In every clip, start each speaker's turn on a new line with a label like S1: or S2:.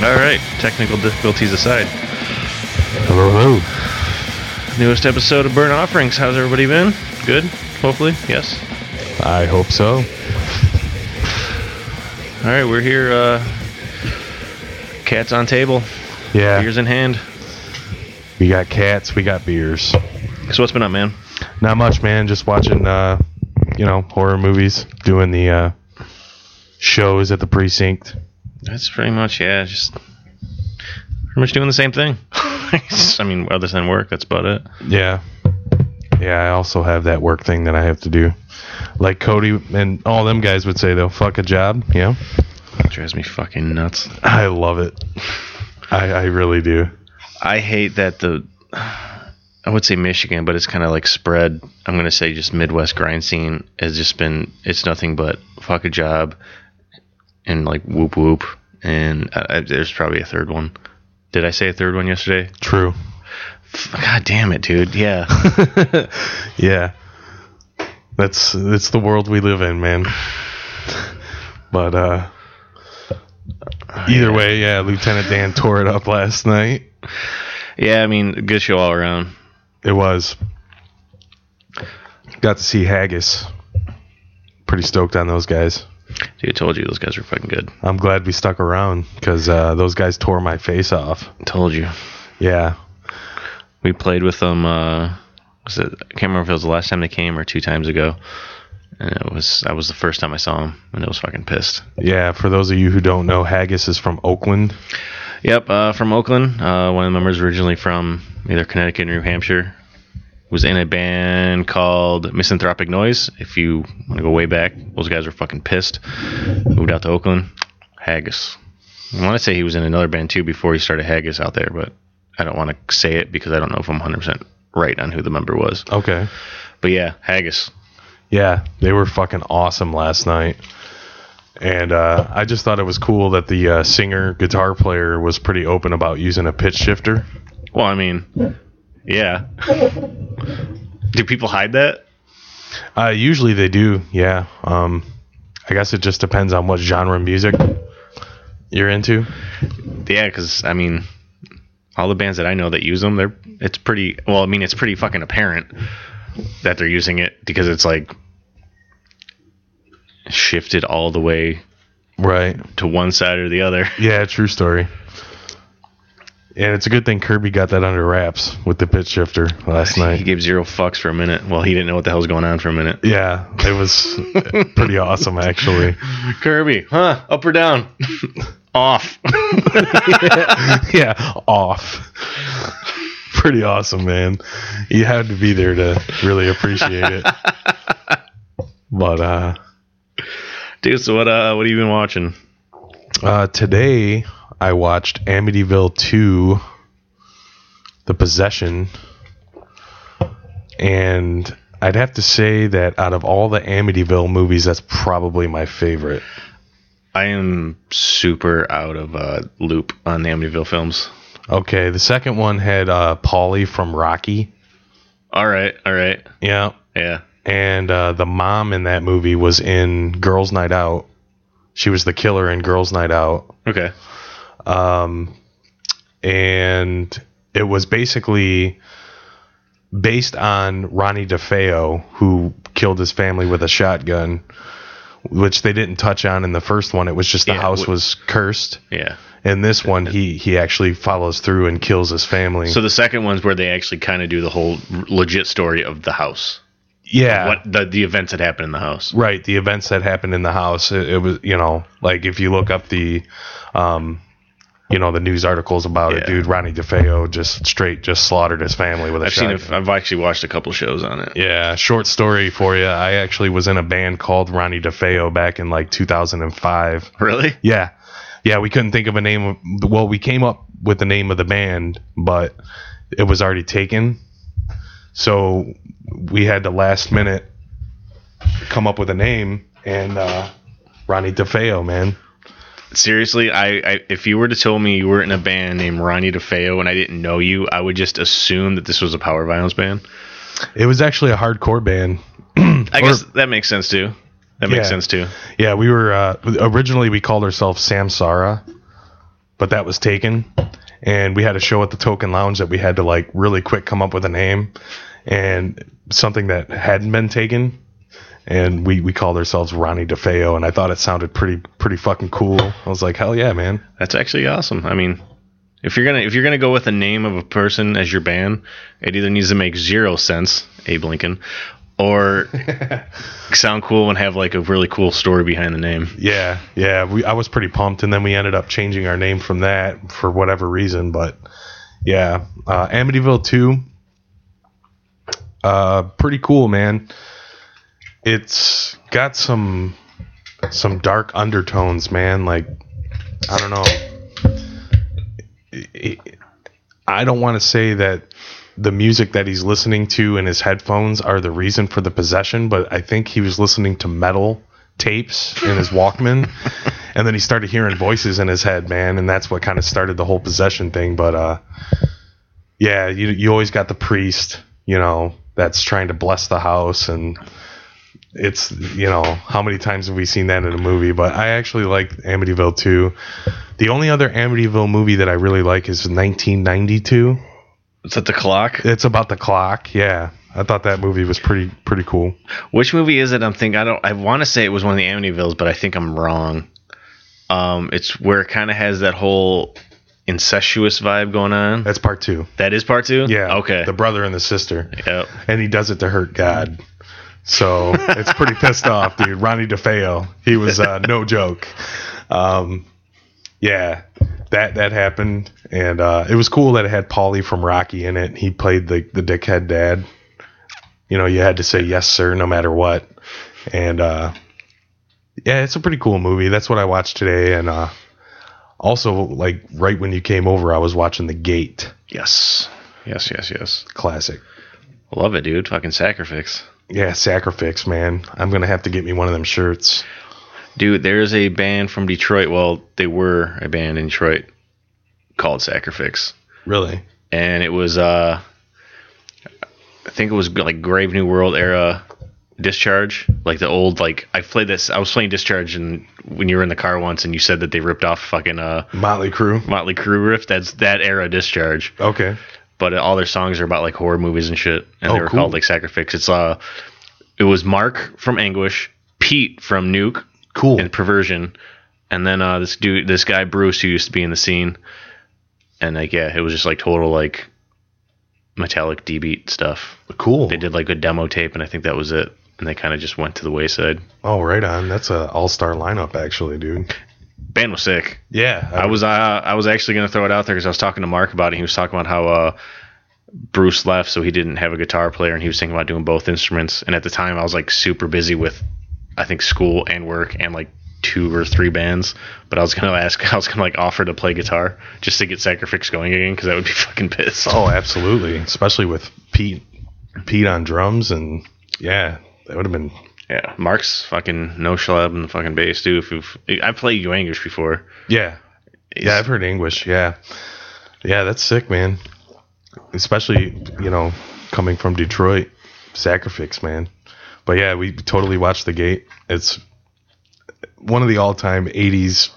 S1: All right, technical difficulties aside,
S2: Hello.
S1: newest episode of Burn Offerings. How's everybody been? Good, hopefully. Yes.
S2: I hope so.
S1: All right, we're here. Uh, cats on table,
S2: Yeah.
S1: beers in hand.
S2: We got cats, we got beers.
S1: So what's been up, man?
S2: Not much, man. Just watching, uh, you know, horror movies, doing the uh, shows at the precinct.
S1: That's pretty much yeah. Just pretty much doing the same thing. I mean, other than work, that's about it.
S2: Yeah. Yeah, I also have that work thing that I have to do. Like Cody and all them guys would say, they'll fuck a job. Yeah.
S1: drives me fucking nuts.
S2: I love it. I, I really do.
S1: I hate that the I would say Michigan, but it's kind of like spread. I'm gonna say just Midwest grind scene has just been it's nothing but fuck a job and like whoop whoop. And I, I, there's probably a third one. Did I say a third one yesterday?
S2: True.
S1: F- God damn it, dude. Yeah,
S2: Yeah. That's it's the world we live in, man. But uh either way, yeah, Lieutenant Dan tore it up last night.
S1: yeah. I mean, good show all around.
S2: It was got to see Haggis. Pretty stoked on those guys.
S1: Dude, I told you those guys were fucking good.
S2: I'm glad we stuck around cuz uh those guys tore my face off.
S1: Told you.
S2: Yeah.
S1: We played with them. Uh, was it, I can't remember if it was the last time they came or two times ago. And it was that was the first time I saw them, and I was fucking pissed.
S2: Yeah, for those of you who don't know, Haggis is from Oakland.
S1: Yep, uh, from Oakland. Uh, one of the members originally from either Connecticut or New Hampshire. Was in a band called Misanthropic Noise. If you want to go way back, those guys were fucking pissed. Moved out to Oakland. Haggis. I want to say he was in another band too before he started Haggis out there, but I don't want to say it because I don't know if I'm 100% right on who the member was.
S2: Okay.
S1: But yeah, Haggis.
S2: Yeah, they were fucking awesome last night. And uh, I just thought it was cool that the uh, singer guitar player was pretty open about using a pitch shifter.
S1: Well, I mean, yeah. Do people hide that?
S2: Uh, usually they do, yeah. Um, I guess it just depends on what genre of music you're into.
S1: Yeah, because I mean, all the bands that I know that use them, they're it's pretty. Well, I mean, it's pretty fucking apparent that they're using it because it's like shifted all the way
S2: Right.
S1: to one side or the other.
S2: Yeah, true story. And it's a good thing Kirby got that under wraps with the pitch shifter last
S1: He
S2: night.
S1: gave zero fucks for a minute. Well, he didn't know what the hell was going on for a minute.
S2: Yeah, it was pretty awesome, actually.
S1: Kirby, huh? Up or down? Off.
S2: yeah, off. Pretty awesome, man. You had to be there to really appreciate it. but uh,
S1: Dude, so what? Uh, what have you been watching?
S2: uh, today I watched Amityville 2, The Possession, and I'd have to say that out of all the Amityville movies, that's probably my favorite.
S1: I am super out of uh, loop on the Amityville films.
S2: Okay, the second one had uh, Polly from Rocky.
S1: All right, all right,
S2: Yeah,
S1: yeah.
S2: and uh, the mom in that movie was in Girls' Night Out. She was the killer in Girls' Night Out,
S1: Okay.
S2: and it was basically based on Ronnie DeFeo, who killed his family with a shotgun, which they didn't touch on in the first one. It was just the
S1: Yeah,
S2: house
S1: wh-
S2: was cursed.
S1: Yeah.
S2: In this one, he he actually follows through and kills his family.
S1: So the second one's where they actually kind of do the whole r- legit story of the house,
S2: yeah,
S1: what the the events that happened in the house.
S2: right the events that happened in the house it, it was you know like if you look up the um you know the news articles about it
S1: Yeah.
S2: dude ronnie defeo just straight just slaughtered his family with a
S1: I've seen.
S2: shotgun
S1: A, I've actually watched a couple shows on it.
S2: yeah short story for you i actually was in a band called ronnie defeo back in like 2005
S1: Really?
S2: yeah yeah we couldn't think of a name of, well we came up with the name of the band but it was already taken so we had to last minute come up with a name and uh ronnie defeo man
S1: Seriously, I, I if you were to tell me you were in a band named Ronnie DeFeo and I didn't know you, I would just assume that this was a power violence band.
S2: it was actually a hardcore band
S1: I guess that makes sense too. That makes
S2: Yeah.
S1: sense too.
S2: yeah we were uh originally we called ourselves samsara but that was taken. And we had a show at the Token Lounge that we had to like really quick come up with a name and something that hadn't been taken. And we, we called ourselves Ronnie DeFeo, and I thought it sounded pretty pretty fucking cool. I was like, hell yeah, man.
S1: That's actually awesome. I mean, if you're gonna if you're gonna go with the name of a person as your band, it either needs to make zero sense, Abe Lincoln, or sound cool and have like a really cool story behind the name.
S2: Yeah, yeah. We, I was pretty pumped, and then we ended up changing our name from that for whatever reason. But yeah, uh, Amityville Two, uh, pretty cool, man. It's got some some dark undertones, man. Like I don't know. It- it- I don't want to say that the music that he's listening to in his headphones are the reason for the possession, but I think he was listening to metal tapes in his Walkman. and then he started hearing voices in his head, man, and that's what kind of started the whole possession thing. But uh, yeah, you you always got the priest, you know, that's trying to bless the house, and it's you know how many times have we seen that in a movie? But I actually like Amityville 2. The only other Amityville movie that I really like is 1992.
S1: Is that the clock?
S2: It's about the clock. Yeah, I thought that movie was pretty pretty cool.
S1: Which movie is it? I'm thinking. I don't. I want to say it was one of the Amityvilles, but I think I'm wrong. Um, it's where it kind of has that whole incestuous vibe going on.
S2: That's part two.
S1: That is part two.
S2: Yeah.
S1: Okay.
S2: The brother and the sister.
S1: yep.
S2: and he does it to hurt God. So it's pretty pissed off, dude. Ronnie DeFeo, he was uh, no joke. Um, yeah, that that happened, and uh, it was cool that it had Paulie from Rocky in it. He played the the dickhead dad. You know, you had to say yes, sir, no matter what. And uh, yeah, it's a pretty cool movie. That's what I watched today, and uh, also like right when you came over, I was watching The Gate,
S1: Yes. Yes. Yes. Yes.
S2: classic.
S1: Love it, dude. Fucking sacrifice.
S2: Yeah, Sacrifix, man. I'm gonna have to get me one of them shirts.
S1: Dude, there's a band from Detroit. Well, they were a band in Detroit called Sacrifix.
S2: Really?
S1: And it was, uh, I think it was like Grave New World era Discharge. Like the old, like, I played this, I was playing Discharge and when you were in the car once and you said that they ripped off fucking, uh,
S2: Motley Crue.
S1: Motley Crue riff. That's that era Discharge.
S2: Okay.
S1: but all their songs are about like horror movies and shit. And
S2: Oh,
S1: they were
S2: cool.
S1: called like Sacrifix. It's uh, it was Mark from Anguish, Pete from Nuke
S2: Cool.
S1: and Perversion, and then uh, this dude, this guy Bruce who used to be in the scene, and like yeah, it was just like total like metallic D beat stuff.
S2: cool.
S1: They did like a demo tape, and I think that was it. And they kind of just went to the wayside.
S2: Oh, right on. That's a all star lineup actually, dude.
S1: Band was sick.
S2: Yeah.
S1: I was uh, I was actually gonna throw it out there because I was talking to Mark about it. He was talking about how uh, Bruce left, so he didn't have a guitar player, and he was thinking about doing both instruments. And at the time, I was like super busy with, I think school and work and like two or three bands. But I was gonna ask, I was gonna like offer to play guitar just to get Sacrifix going again because that would be fucking pissed.
S2: Oh, absolutely. Especially with Pete Pete on drums and yeah, that would have been
S1: Yeah, Mark's fucking no schlub in the fucking bass too. If you've, I played you Anguish before.
S2: Yeah. Yeah, I've heard Anguish, yeah. Yeah, that's sick, man. Especially, you know, coming from Detroit. Sacrifix, man. But yeah, we totally watched the gate. It's one of the all time eighties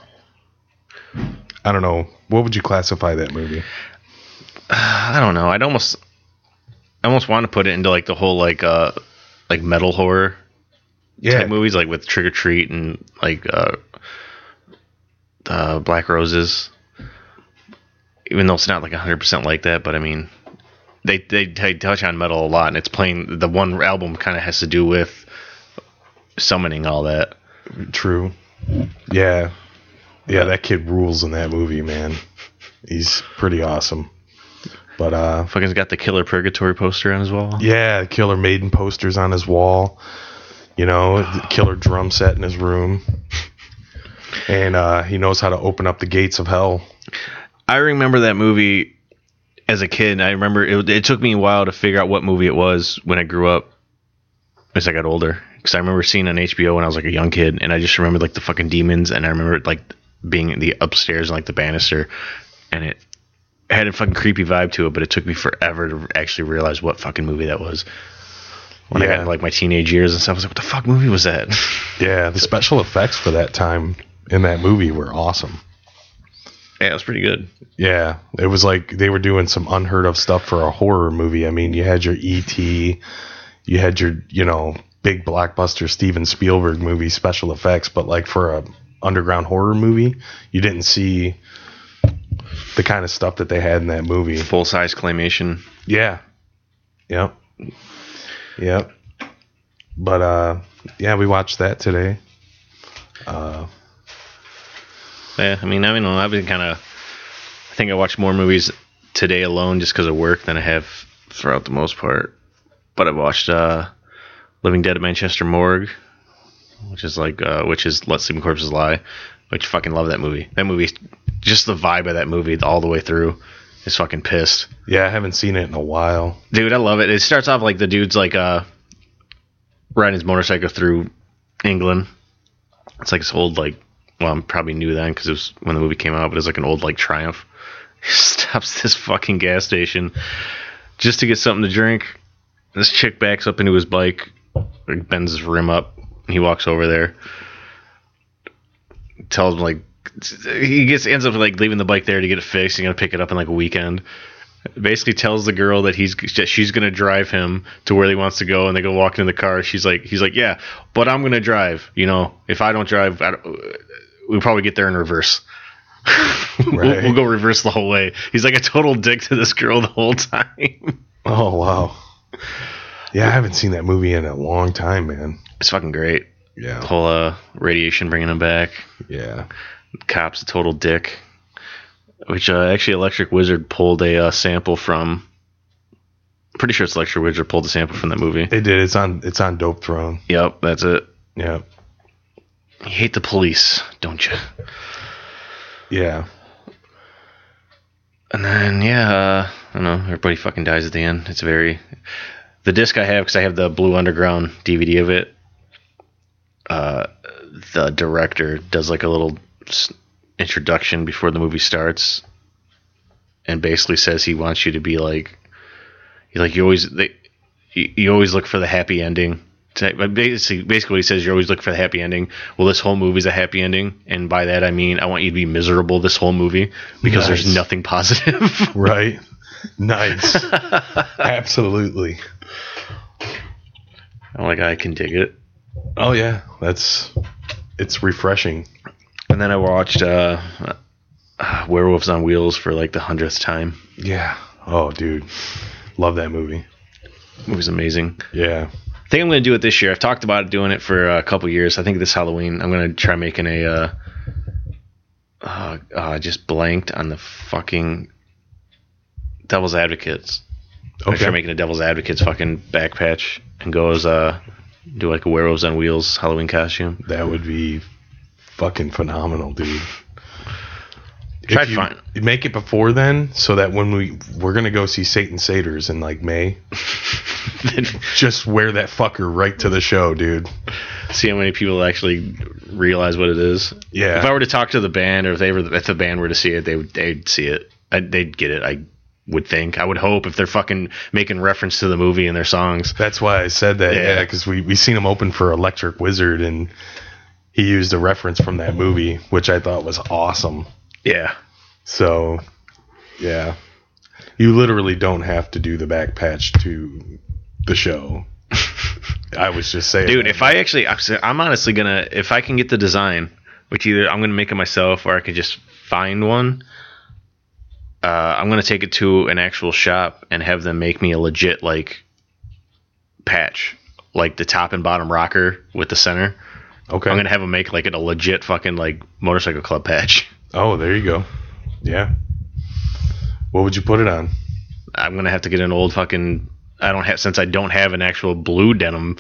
S2: I don't know, what would you classify that movie?
S1: I don't know. I'd almost, I almost want to put it into like the whole like uh like metal horror
S2: Yeah.
S1: type movies like with Trick or Treat and like uh, uh, Black Roses. Even though it's not like 100% like that, but I mean, they, they they touch on metal a lot, and it's playing the one album kind of has to do with summoning all that.
S2: True. Yeah. Yeah, that kid rules in that movie, man. He's pretty awesome. But uh
S1: Fucking's got the Killer Purgatory poster on his wall.
S2: Yeah, Killer Maiden posters on his wall. You know, the Killer drum set in his room. And uh, he knows how to open up the gates of hell.
S1: I remember that movie as a kid. and I remember it, it took me a while to figure out what movie it was when I grew up as I got older. Because I remember seeing it on HBO when I was like a young kid, and I just remembered like the fucking demons, and I remember it, like being in the upstairs and like the banister, and it had a fucking creepy vibe to it. But it took me forever to actually realize what fucking movie that was. When I
S2: Yeah.
S1: got into like my teenage years and stuff, I was like, "What the fuck movie was that?"
S2: Yeah, the special effects for that time in that movie were awesome.
S1: Yeah, it was pretty good.
S2: Yeah, it was like they were doing some unheard of stuff for a horror movie. I mean, you had your E.T., you had your, you know, big blockbuster Steven Spielberg movie special effects, but like for a underground horror movie, you didn't see the kind of stuff that they had in that movie.
S1: Full size claymation.
S2: Yeah. Yep. Yep. But uh yeah, we watched that today. Uh
S1: Yeah, I mean, I mean, I've been kind of. I think I watched more movies today alone just because of work than I have throughout the most part. But I watched uh, Living Dead at Manchester Morgue, which is like, uh, which is Let Sleeping Corpses Lie, which fucking love that movie. That movie, just the vibe of that movie all the way through is fucking pissed.
S2: yeah, I haven't seen it in a while.
S1: Dude, I love it. It starts off like the dude's like uh riding his motorcycle through England. It's like this old like well, I'm probably new then because it was when the movie came out, but it's like an old like Triumph. He stops this fucking gas station just to get something to drink. This chick backs up into his bike, like, bends his rim up, and he walks over there. Tells him like he gets ends up like leaving the bike there to get it fixed. He's gonna pick it up in like a weekend basically tells the girl that he's that she's gonna drive him to where he wants to go, and they go walk into the car. She's like, he's like, yeah, but I'm gonna drive. You know, if I don't drive, I don't, we'll probably get there in reverse. We'll-
S2: Right.
S1: we'll, go reverse the whole way. He's like a total dick to this girl the whole time.
S2: Oh wow. Yeah, I haven't seen that movie in a long time, man.
S1: it's fucking great. The
S2: Yeah.
S1: whole uh, radiation bringing him back.
S2: Yeah.
S1: Cops a total dick. Which uh, actually, Electric Wizard pulled a uh, sample from. Pretty sure it's Electric Wizard pulled a sample from that movie.
S2: They did. It's on it's on Dope Throne.
S1: Yep, that's it.
S2: Yeah.
S1: You hate the police, don't you?
S2: Yeah.
S1: And then yeah, uh, I don't know. Everybody fucking dies at the end. It's very the disc I have because I have the Blue Underground DVD of it. Uh, the director does like a little s- introduction before the movie starts, and basically says he wants you to be like, he like you always they, you, you always look for the happy ending. To- But basically, basically, what he says you always look for the happy ending. Well, this whole movie's a happy ending, and by that I mean I want you to be miserable this whole movie because
S2: Nice.
S1: there's nothing positive.
S2: Right. nice. Absolutely.
S1: I'm like, I can dig it.
S2: Oh yeah, that's it's refreshing.
S1: And then I watched uh, uh, Werewolves on Wheels for like the hundredth time.
S2: Yeah. Oh dude, love that movie.
S1: It was amazing.
S2: Yeah.
S1: I think I'm going to do it this year. I've talked about doing it for a couple years. I think this Halloween I'm going to try making a. Uh, uh, uh, just blanked on the fucking Devil's Advocates. I'm
S2: Okay.
S1: try making a Devil's Advocates fucking back patch and go as uh do like a Werewolves on Wheels Halloween costume.
S2: That would be fucking phenomenal, dude.
S1: Try
S2: If
S1: to
S2: you
S1: find-
S2: make it before then, so that when we we're gonna go see Satan Satyrs in like May,
S1: Then
S2: just wear that fucker right to the show, dude.
S1: see how many people actually realize what it is.
S2: Yeah.
S1: If I were to talk to the band, or if they were, if the band were to see it, they would, they'd see it. I, they'd get it. I would think. I would hope if they're fucking making reference to the movie in their songs.
S2: That's why I said that.
S1: Yeah.
S2: Yeah, because we we seen him open for Electric Wizard, and he used a reference from that movie, which I thought was awesome.
S1: Yeah.
S2: So, yeah, you literally don't have to do the back patch to the show. I was just saying,
S1: Dude, if I actually, I'm s- I'm honestly gonna, if I can get the design, which either I'm gonna make it myself or I could just find one. Uh, I'm gonna take it to an actual shop and have them make me a legit like patch, like the top and bottom rocker with the center.
S2: okay.
S1: I'm gonna have them make like a legit fucking like motorcycle club patch.
S2: oh, there you go. Yeah. What would you put it on?
S1: I'm gonna have to get an old fucking. I don't have since I don't have an actual blue denim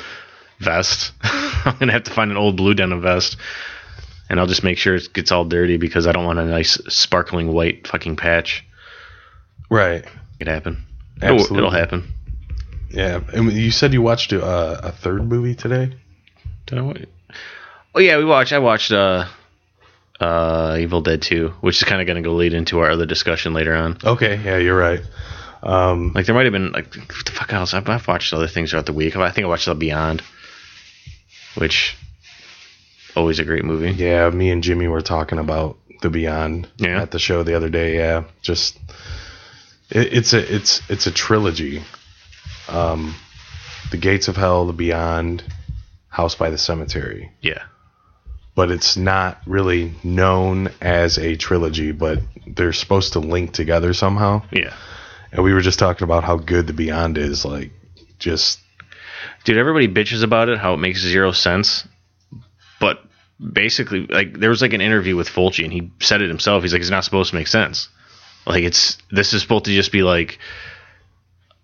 S1: vest. I'm gonna have to find an old blue denim vest, and I'll just make sure it gets all dirty because I don't want a nice sparkling white fucking patch.
S2: Right.
S1: It happen. It will-
S2: Absolutely.
S1: It'll happen.
S2: Yeah. And you said you watched uh, a third movie today.
S1: Did I wa- Oh yeah, we watched. I watched uh, uh, Evil Dead 2, which is kind of gonna go lead into our other discussion later on.
S2: Okay. Yeah, you're right. Um,
S1: Like there might have been like what the fuck else? I've, I've watched other things throughout the week. I think I watched The Beyond, which always a great movie.
S2: yeah, me and Jimmy were talking about the Beyond
S1: Yeah.
S2: at the show the other day. Yeah, just it, it's a it's it's a trilogy. Um, the Gates of Hell, the Beyond, House by the Cemetery,
S1: Yeah.
S2: but it's not really known as a trilogy. But they're supposed to link together somehow.
S1: Yeah.
S2: And we were just talking about how good the Beyond is, like just
S1: dude everybody bitches about it how it makes zero sense but basically like there was like an interview with Fulci and he said it himself he's like it's not supposed to make sense like it's this is supposed to just be like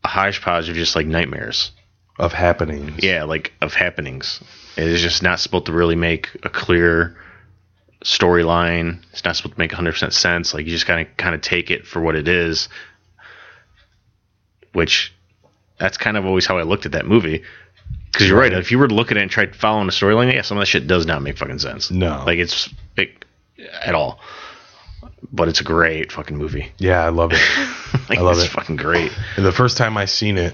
S1: a hodgepodge of just like nightmares
S2: of happenings.
S1: yeah like of happenings it is just not supposed to really make a clear storyline it's not supposed to make 100% sense like you just kind of kind of take it for what it is which that's kind of always how i looked at that movie because you're right if you were to look at it and try following a storyline yeah some of that shit does not make fucking sense
S2: No.
S1: like it's it, at all but it's a great fucking movie
S2: Yeah, I love it.
S1: like,
S2: I love
S1: it's
S2: it.
S1: fucking great
S2: And the first time I seen it,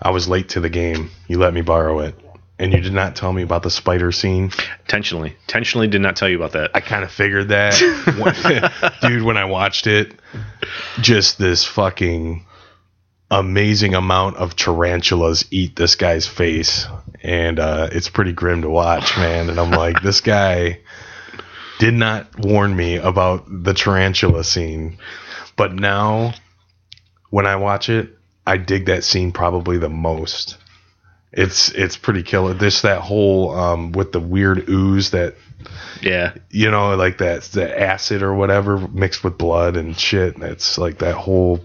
S2: I was late to the game. You let me borrow it. And you did not tell me about the spider scene.
S1: intentionally intentionally did not tell you about that
S2: I kind of figured that. When- Dude, when I watched it, just this fucking amazing amount of tarantulas eat this guy's face. And uh, it's pretty grim to watch, man. And I'm like, this guy did not warn me about the tarantula scene. But now, when I watch it, I dig that scene probably the most. It's it's pretty killer. This that whole um, with the weird ooze that
S1: yeah
S2: you know, like that the acid or whatever mixed with blood and shit. And it's like that whole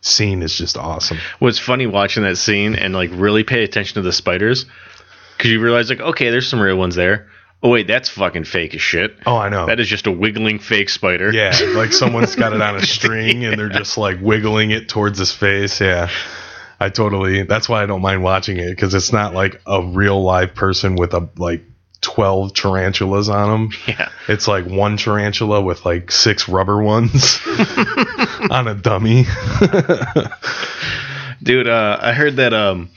S2: scene is just awesome.
S1: What's funny watching that scene and like really pay attention to the spiders because you realize like okay there's some real ones there oh wait that's fucking fake as shit
S2: Oh, I know.
S1: that is just a wiggling fake spider
S2: yeah, like someone's got it on a string and they're just like wiggling it towards his face. Yeah. I totally. That's why I don't mind watching it because it's not like a real live person with a like 12 tarantulas on them.
S1: yeah
S2: It's like one tarantula with like six rubber ones on a dummy.
S1: dude uh, I heard that um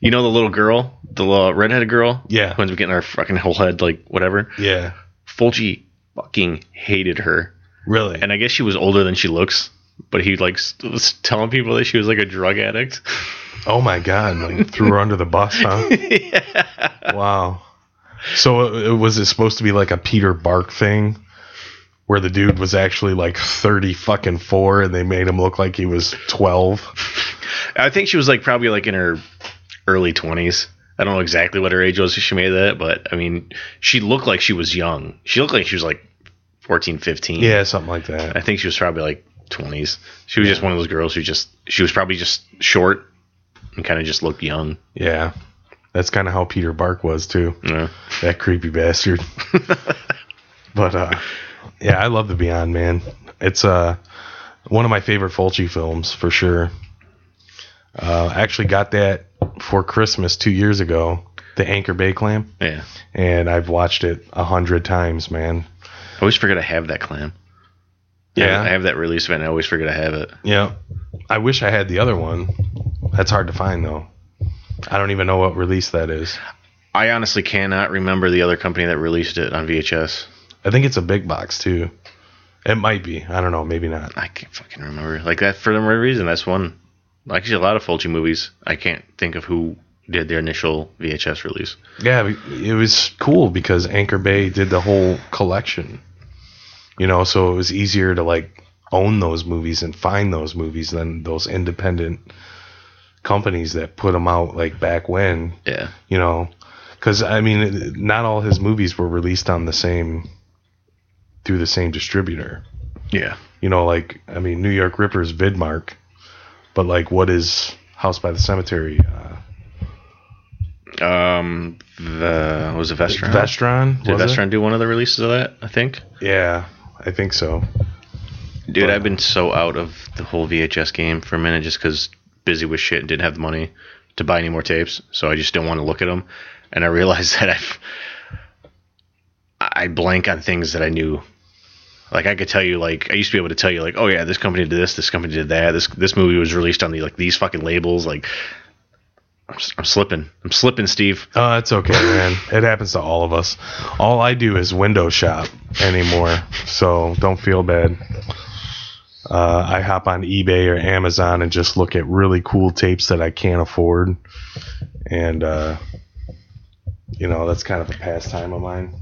S1: you know the little girl the little redheaded girl
S2: Yeah.
S1: who ends up getting her fucking whole head like whatever
S2: Yeah.
S1: Fulci fucking hated her
S2: Really?
S1: and I guess she was older than she looks but he like st- was telling people that she was like a drug addict
S2: Oh my god! Like threw her under the bus, huh? Wow. So uh, it, it- was it supposed to be like a Peter Bark thing, where the dude was actually like thirty fucking four, and they made him look like he was twelve?
S1: I think she was like probably like in her early twenties. I don't know exactly what her age was when she made that, but I mean, she looked like she was young. She looked like she was like 14, 15.
S2: Yeah, something like that.
S1: I think she was probably like 20s. She was just one of those girls who just, she was probably just short and kind of just looked young.
S2: Yeah, that's kind of how Peter Bark was too.
S1: Yeah.
S2: That creepy bastard. but uh, yeah, I love the Beyond Man. It's uh one of my favorite Fulci films for sure. Uh, I actually got that for Christmas two years ago, the Anchor Bay Clam,
S1: Yeah.
S2: and I've watched it a hundred times, man.
S1: I always forget I have that clam.
S2: Yeah.
S1: I have that release event. and I always forget I have it.
S2: Yeah, I wish I had the other one. That's hard to find though. I don't even know what release that is.
S1: I honestly cannot remember the other company that released it on VHS.
S2: I think it's a big box too. It might be. I don't know. Maybe not.
S1: I can't fucking remember. Like that for the right reason. That's one. Actually, a lot of Fulci movies. I can't think of who did their initial VHS release.
S2: Yeah, it was cool because Anchor Bay did the whole collection. You know, so it was easier to like own those movies and find those movies than those independent companies that put them out like back when,
S1: Yeah.
S2: you know, cuz I mean, it- not all his movies were released on the same through the same distributor.
S1: Yeah.
S2: You know, like I mean, New York Rippers Vidmark, but like what is House by the Cemetery? Uh,
S1: Um. The was it Vestron?
S2: Vestron?
S1: did
S2: was it?
S1: Uh-huh. Vestron do one of the releases of that? I think.
S2: Yeah, I think so.
S1: Dude, I've been so out of the whole VHS game for a minute just because busy with shit and didn't have the money to buy any more tapes, so I just didn't want to look at them. And I realized that I've I blank on things that I knew. Like I could tell you, like I used to be able to tell you, like, oh yeah, this company did this, this company did that, this this movie was released on the like these fucking labels, like. I'm, s- I'm slipping. I'm slipping, Steve.
S2: Oh, it's okay, man. It happens to all of us. All I do is window shop anymore, so don't feel bad. Uh, I hop on eBay or Amazon and just look at really cool tapes that I can't afford, and uh, you know that's kind of a pastime of mine.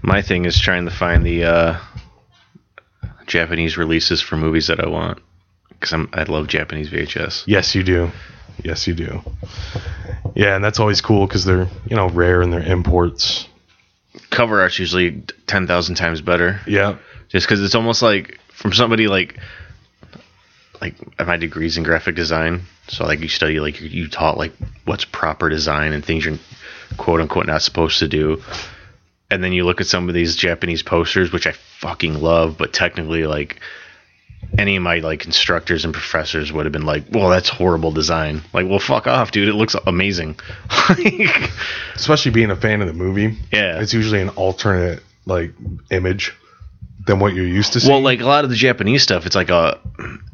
S1: My thing is trying to find the uh, Japanese releases for movies that I want because I'm I love Japanese VHS.
S2: Yes, you do. Yes, you do. Yeah, and that's always cool because they're you know rare and they're imports.
S1: Cover art's usually ten thousand times better,
S2: Yeah,
S1: just because it's almost like from somebody like like my degrees in graphic design. So like you study like you, you taught like what's proper design and things you're quote unquote not supposed to do. And then you look at some of these Japanese posters, which I fucking love, but technically like any of my like instructors and professors would have been like, "Well, that's horrible design." Like, "Well, fuck off, dude. It looks amazing." like,
S2: especially being a fan of the movie.
S1: Yeah.
S2: it's usually an alternate like image than what you're used to seeing.
S1: Well, like a lot of the Japanese stuff, it's like a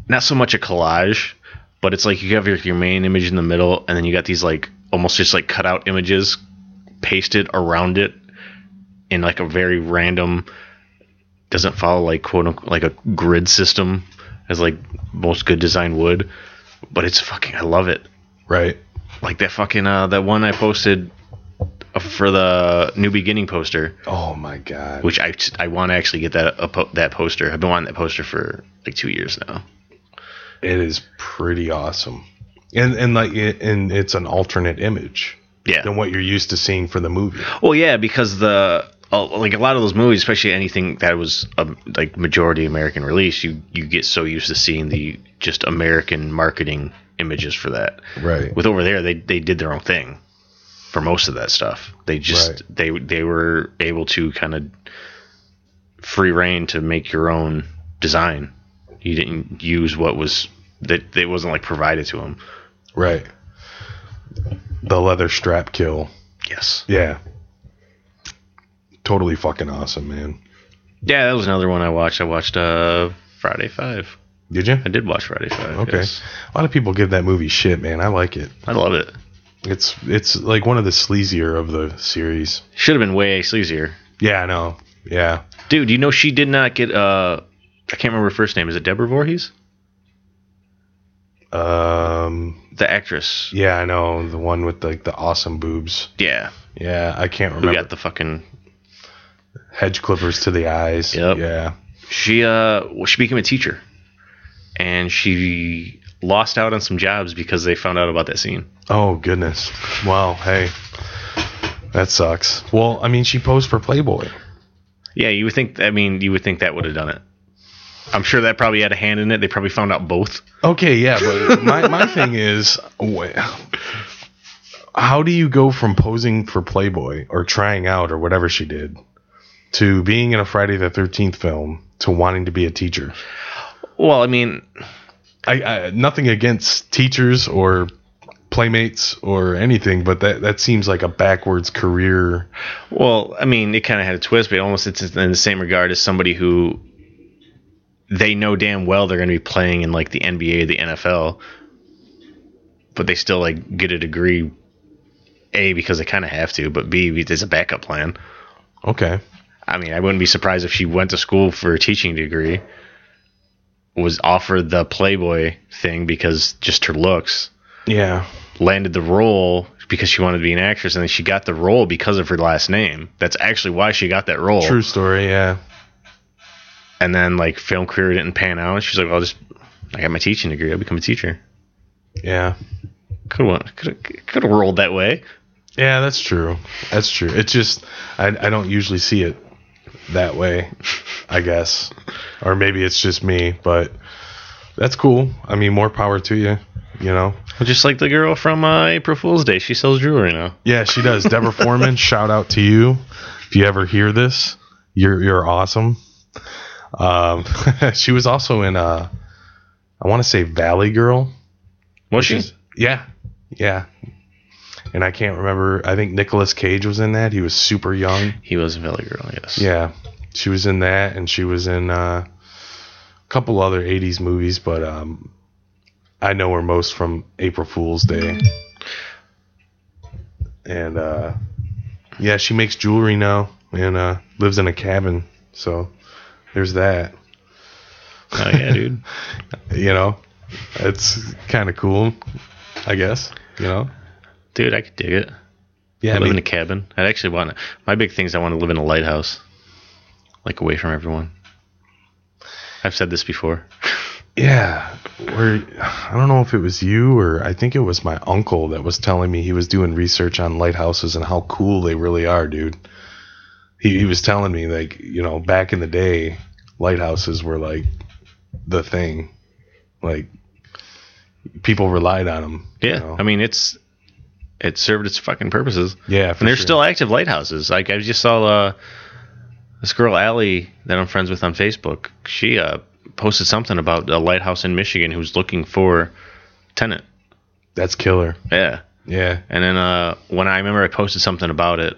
S1: not so much a collage, but it's like you have your, your main image in the middle, and then you got these like almost just like cut out images pasted around it in like a very random doesn't follow like quote unquote like a grid system as like most good design would, but it's fucking I love it.
S2: right.
S1: Like that fucking uh that one I posted uh, for the New Beginning poster
S2: Oh my god.
S1: which I, I want to actually get that a po- that poster. I've been wanting that poster for like two years now.
S2: it is pretty awesome. And and like it, and it's an alternate image
S1: Yeah.
S2: than what you're used to seeing for the movie.
S1: Well, yeah, because the uh, like a lot of those movies, especially anything that was um, like majority American release, you you get so used to seeing the just American marketing images for that.
S2: Right.
S1: With over there, they they did their own thing for most of that stuff. They just
S2: Right.
S1: they they were able to kind of free reign to make your own design. You didn't use what was that it wasn't like provided to them.
S2: Right. The leather strap kill.
S1: Yes.
S2: Yeah. Totally fucking awesome, man.
S1: Yeah, that was another one I watched. I watched uh Friday Five.
S2: Did you?
S1: I did watch Friday Five.
S2: Okay.
S1: yes.
S2: A lot of people give that movie shit, man. I like it.
S1: I love it.
S2: It's it's like one of the sleazier of the series.
S1: Should have been way sleazier.
S2: Yeah, I know. Yeah.
S1: Dude, you know she did not get uh I can't remember her first name. Is it Deborah Voorhees?
S2: Um
S1: The actress.
S2: yeah, I know the one with like the awesome boobs.
S1: Yeah.
S2: Yeah, I can't
S1: Who
S2: remember.
S1: got the fucking
S2: hedge clippers to the eyes.
S1: Yep.
S2: Yeah.
S1: she uh well, she became a teacher. And she lost out on some jobs because they found out about that scene.
S2: Oh goodness. Wow. Hey, that sucks. Well, I mean, she posed for Playboy.
S1: Yeah, you would think I mean you would think that would have done it. I'm sure that probably had a hand in it. They probably found out both.
S2: Okay. Yeah. But my my thing is, wh- how do you go from posing for Playboy or trying out or whatever she did to being in a Friday the Thirteenth film to wanting to be a teacher?
S1: Well, I mean,
S2: I, I nothing against teachers or playmates or anything, but that that seems like a backwards career.
S1: Well, I mean, it kind of had a twist, but almost it's in the same regard as somebody who they know damn well they're going to be playing in like the NBA, or the NFL, but they still like get a degree. A because they kind of have to, but B it's a backup plan.
S2: Okay.
S1: I mean, I wouldn't be surprised if she went to school for a teaching degree, was offered the Playboy thing because just her looks,
S2: Yeah.
S1: landed the role because she wanted to be an actress, and then she got the role because of her last name. That's actually why she got that role.
S2: True story. Yeah.
S1: And then like film career didn't pan out. She's like, I'll just I got my teaching degree. I'll become a teacher.
S2: Yeah.
S1: Could have could could have rolled that way.
S2: Yeah, that's true. That's true. It's just I I don't usually see it that way, I guess. Or maybe it's just me, but that's cool. I mean, more power to you, you know.
S1: Just like the girl from uh, April Fool's Day. She sells jewelry now.
S2: Yeah, she does. Deborah Foreman, shout out to you. If you ever hear this, you're you're awesome. Um, she was also in uh I want to say Valley Girl.
S1: Was she?
S2: Yeah. Yeah. And I can't remember. I think Nicolas Cage was in that. He was super young.
S1: He was a Valley Girl, yes.
S2: Yeah, she was in that, and she was in uh, a couple other '80s movies, but um, I know her most from April Fool's Day. And uh, yeah, she makes jewelry now and uh, lives in a cabin. So there's that.
S1: Oh yeah, dude.
S2: You know, it's kind of cool, I guess. You know,
S1: dude, I could dig it.
S2: yeah.
S1: I
S2: I
S1: live in
S2: mean,
S1: a cabin. I'd actually want to. My big thing is I want to live in a lighthouse, like away from everyone. I've said this before.
S2: yeah. Where I don't know if it was you or I think it was my uncle that was telling me he was doing research on lighthouses and how cool they really are, dude. He, he was telling me like you know back in the day, lighthouses were like the thing, like people relied on them.
S1: Yeah, I mean it's it served its fucking purposes.
S2: yeah, for
S1: And there's
S2: sure.
S1: still active lighthouses. Like I just saw uh, this girl Allie that I'm friends with on Facebook. She uh, posted something about a lighthouse in Michigan who's looking for tenant.
S2: that's killer.
S1: Yeah.
S2: Yeah,
S1: And then uh, when I remember I posted something about it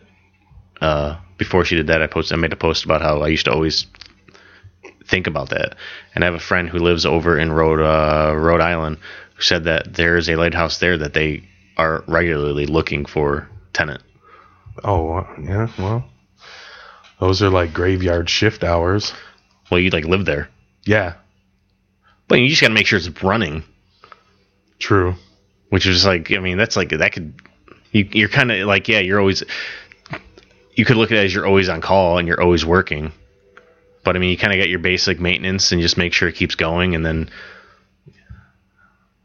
S1: uh, before she did that, I posted I made a post about how I used to always think about that. And I have a friend who lives over in Rhode uh, Rhode Island who said that there is a lighthouse there that they are regularly looking for tenant.
S2: Oh, uh, yeah. Well, those are like graveyard shift hours.
S1: Well, you like live there,
S2: Yeah,
S1: but you just got to make sure it's running.
S2: true.
S1: which is like I mean that's like that could you, you're kind of like yeah you're always you could look at it as you're always on call and you're always working, but I mean you kind of got your basic maintenance and just make sure it keeps going and then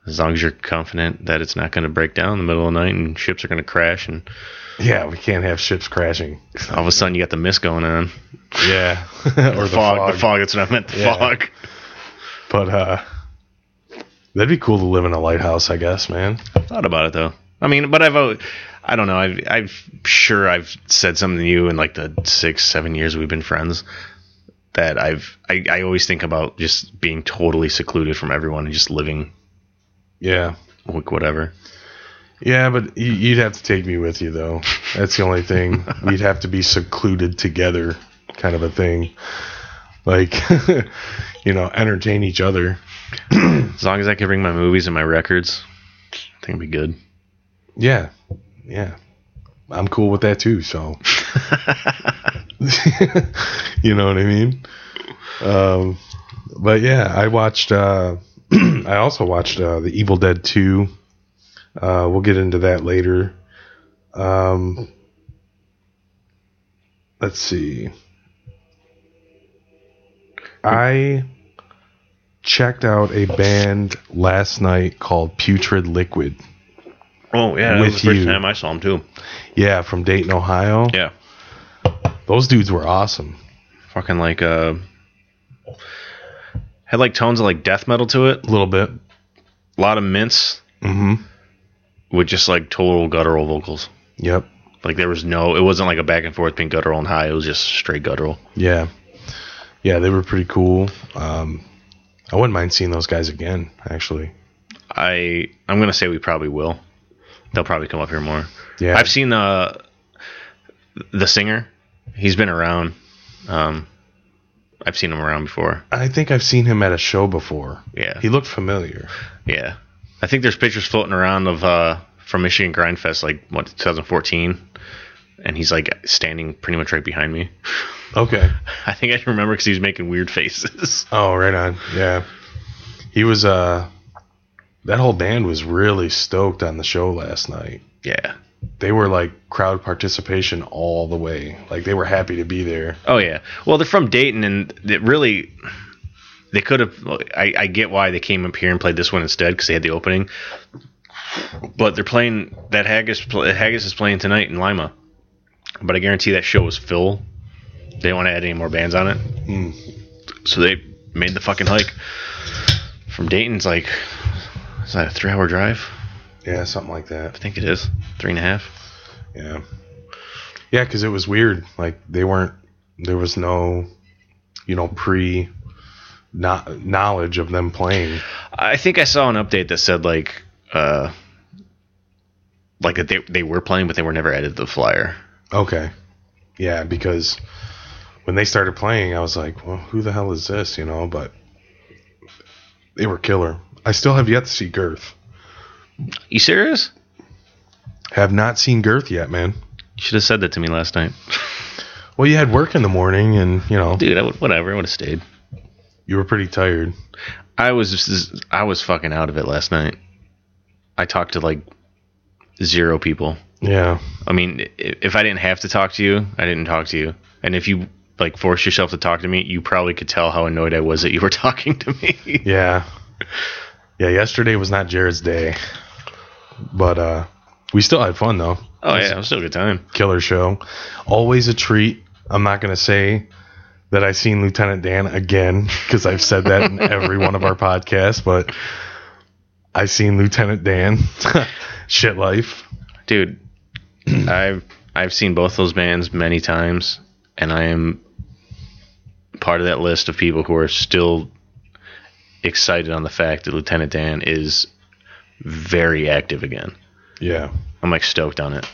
S1: as long as you're confident that it's not going to break down in the middle of the night and ships are going to crash and
S2: Yeah, we can't have ships crashing.
S1: all of a sudden you got the mist going on
S2: Yeah, or the fog,
S1: the fog that's what I meant the
S2: Yeah.
S1: fog
S2: But uh, that'd be cool to live in a lighthouse, I guess, man.
S1: thought about it though. I mean, but I've, al- I don't know. I've, I've sure I've said something to you in like the six, seven years we've been friends that I've, I, I always think about just being totally secluded from everyone and just living
S2: Yeah,
S1: like whatever.
S2: yeah. But you- you'd have to take me with you, though. That's the only thing. We'd have to be secluded together, kind of a thing. Like, you know, entertain each other.
S1: As long as I can bring my movies and my records, I think it'd be good.
S2: Yeah, yeah, I'm cool with that too. So, you know what I mean. Um, but yeah, I watched. Uh, I also watched uh, the Evil Dead Two. Uh, we'll get into that later. Um, let's see. I checked out a band last night called Putrid Liquid.
S1: Oh yeah, that
S2: With
S1: was the first
S2: you.
S1: time I saw him too.
S2: Yeah, from Dayton, Ohio.
S1: Yeah,
S2: Those dudes were awesome.
S1: fucking like uh, had like tones of like death metal to it.
S2: A little bit.
S1: A lot of mints
S2: Mm-hmm.
S1: with just like total guttural vocals.
S2: Yep.
S1: Like there was no, it wasn't like a back and forth between guttural and high. It was just straight guttural.
S2: Yeah. Yeah, they were pretty cool. Um, I wouldn't mind seeing those guys again, actually.
S1: I I'm gonna say we probably will. They'll probably come up here more.
S2: Yeah.
S1: I've seen uh the singer. He's been around. Um, I've seen him around before.
S2: I think I've seen him at a show before.
S1: Yeah.
S2: He looked familiar.
S1: Yeah, I think there's pictures floating around of uh from Michigan Grindfest like what 2014, and he's like standing pretty much right behind me.
S2: Okay.
S1: I think I remember because he was making weird faces.
S2: Oh, right on. Yeah. He was uh that whole band was really stoked on the show last night.
S1: yeah.
S2: They were like crowd participation all the way. Like they were happy to be there.
S1: Oh yeah. Well, they're from Dayton, and it really they could have. I, I get why they came up here and played this one instead because they had the opening. But they're playing that Haggis. pl- Haggis is playing tonight in Lima, but I guarantee that show was full. They didn't want to add any more bands on it, so they made the fucking hike from Dayton's like. Is that a three-hour drive?
S2: Yeah, something like that.
S1: I think it is three and a half.
S2: Yeah. Yeah, because it was weird. Like they weren't. There was no, you know, pre, not knowledge of them playing.
S1: I think I saw an update that said like uh like that they they were playing but they were never added to the flyer.
S2: Okay. Yeah, because when they started playing, I was like, well, who the hell is this? You know, but they were killer. I still have yet to see Girth.
S1: You serious?
S2: Have not seen Girth yet, man.
S1: You should have said that to me last night,
S2: Well, you had work in the morning, and you know
S1: dude. I would, whatever. I would have stayed.
S2: you were pretty tired.
S1: I was just, I was fucking out of it last night. I talked to like zero people.
S2: Yeah,
S1: I mean, i- if I didn't have to talk to you, I didn't talk to you. And if you like forced yourself to talk to me, you probably could tell how annoyed I was that you were talking to me.
S2: yeah, yeah. Yesterday was not Jared's day, but uh, we still had fun though.
S1: oh yeah, it was still a good time.
S2: Killer show, always a treat. I'm not gonna say that I've seen Lieutenant Dan again because I've said that in every one of our podcasts, but I seen Lieutenant Dan. Shit life.
S1: dude i've i've seen both those bands many times and i am part of that list of people who are still excited on the fact that lieutenant dan is very active again
S2: Yeah,
S1: i'm like stoked on it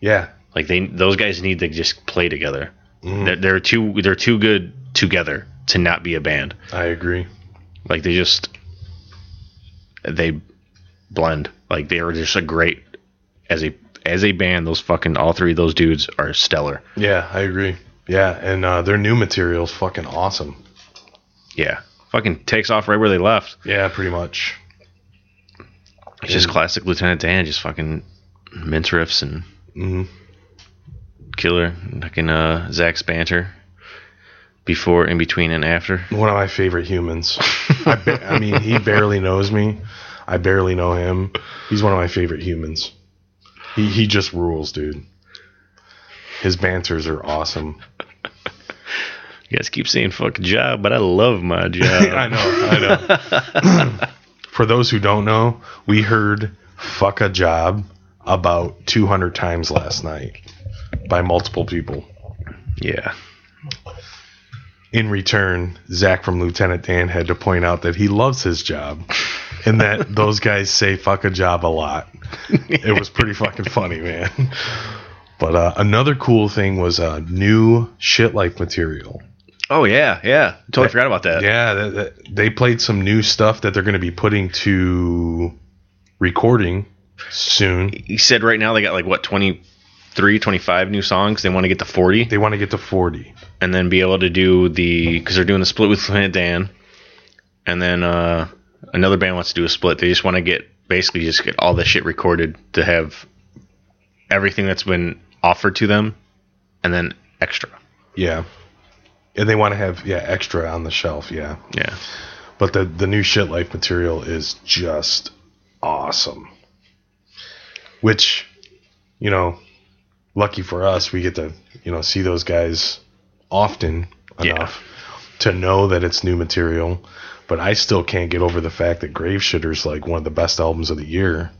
S2: yeah.
S1: like they those guys need to just play together they're, they're too they're too good together to not be a band
S2: I agree.
S1: like they just they blend like they are just a great as a as a band those fucking all three of those dudes are stellar
S2: Yeah, I agree. Yeah, and uh, their new material's fucking awesome.
S1: yeah fucking takes off right where they left
S2: Yeah, pretty much.
S1: it's just classic lieutenant dan just fucking mince riffs and
S2: Mhm.
S1: killer fucking uh zach's banter before in between and after
S2: One of my favorite humans. I, ba- I mean, he barely knows me. I barely know him. He's one of my favorite humans. He he just rules, dude. His banters are awesome.
S1: you guys keep saying fuck job but i love my job
S2: I know, I know. For those who don't know, we heard "fuck a job" about 200 times last night by multiple people.
S1: yeah
S2: in return, Zach from Lieutenant Dan had to point out that he loves his job and that those guys say fuck a job a lot. It was pretty fucking funny, man. But uh, another cool thing was uh, new shit life material.
S1: oh yeah yeah totally forgot about that
S2: Yeah, that, that- they played some new stuff that they're going to be putting to recording soon.
S1: he said right now they got like what 23 25 new songs they want to get to 40
S2: They want to get to 40.
S1: and then be able to do the because they're doing the split with Planet Dan and then uh, another band wants to do a split they just want to get basically just get all this shit recorded to have everything that's been offered to them and then extra
S2: Yeah. And they want to have yeah extra on the shelf. Yeah.
S1: yeah
S2: But the the new shit life material is just awesome. Which, you know, lucky for us, we get to you know see those guys often
S1: Yeah.
S2: enough to know that it's new material. But I still can't get over the fact that Grave Shitter's like one of the best albums of the year.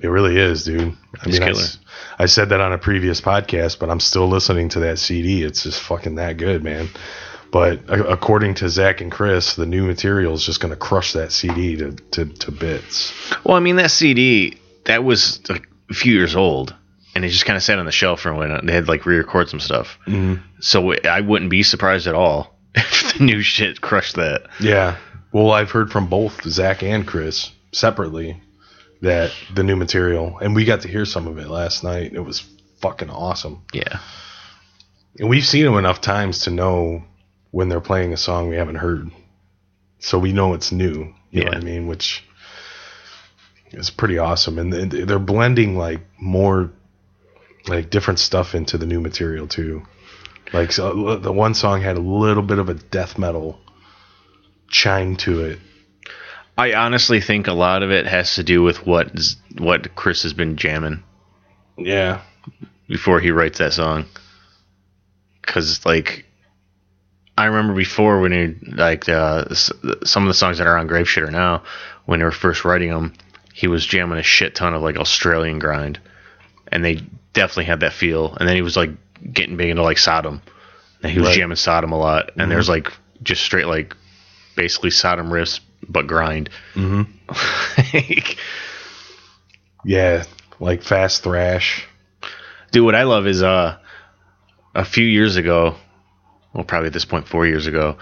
S2: It really is, dude. I
S1: It's
S2: mean, I,
S1: killer.
S2: s- I said that on a previous podcast, but I'm still listening to that CD. It's just fucking that good, man. But a- according to Zach and Chris, the new material is just going to crush that CD to, to, to bits.
S1: well i mean that cd that was like a few years old and it just kind of sat on the shelf for a minute they had to, like re-record some stuff so i wouldn't be surprised at all if the new shit crushed that
S2: Yeah. Well, I've heard from both Zach and Chris separately that the new material, and we got to hear some of it last night. It was fucking awesome.
S1: yeah
S2: And we've seen them enough times to know when they're playing a song we haven't heard. So we know it's new. You know what I
S1: Yeah.
S2: mean? Which is pretty awesome. And th- they're blending like more like different stuff into the new material too. Like so l- the one song had a little bit of a death metal chime to it.
S1: I honestly think a lot of it has to do with what Z- what Chris has been jamming
S2: Yeah.
S1: before he writes that song. Cause like, I remember before when he like uh, s- some of the songs that are on Graveshitter now, when they were first writing them, he was jamming a shit ton of like Australian grind, and they definitely had that feel. And then he was like getting big into like Sodom, and he was
S2: Right.
S1: jamming Sodom a lot. And there's like just straight like basically Sodom riffs but grind. Mm-hmm.
S2: Yeah. Like fast thrash.
S1: Dude, what I love is uh, a few years ago, well, probably at this point, four years ago,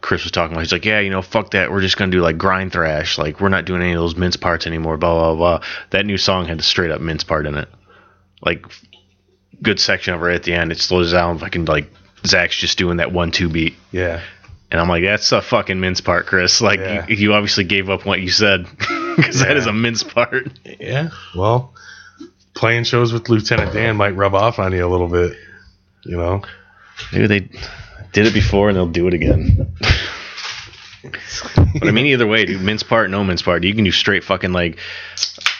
S1: Chris was talking about. He's like, yeah, you know, fuck that. We're just gonna do like grind thrash. Like we're not doing any of those mince parts anymore. Blah blah blah. That new song had the straight up mince part in it. Like good section of it at the end. It slows down. Fucking like Zach's just doing that one two beat.
S2: Yeah.
S1: And I'm like, that's a fucking mince part, Chris. Like,
S2: Yeah.
S1: you, you obviously gave up what you said because that is a mince part.
S2: Yeah. Well, playing shows with Lieutenant Dan might rub off on you a little bit. You know,
S1: Maybe they did it before and they'll do it again. but I mean, either way, dude, mince part, no mince part. You can do straight fucking like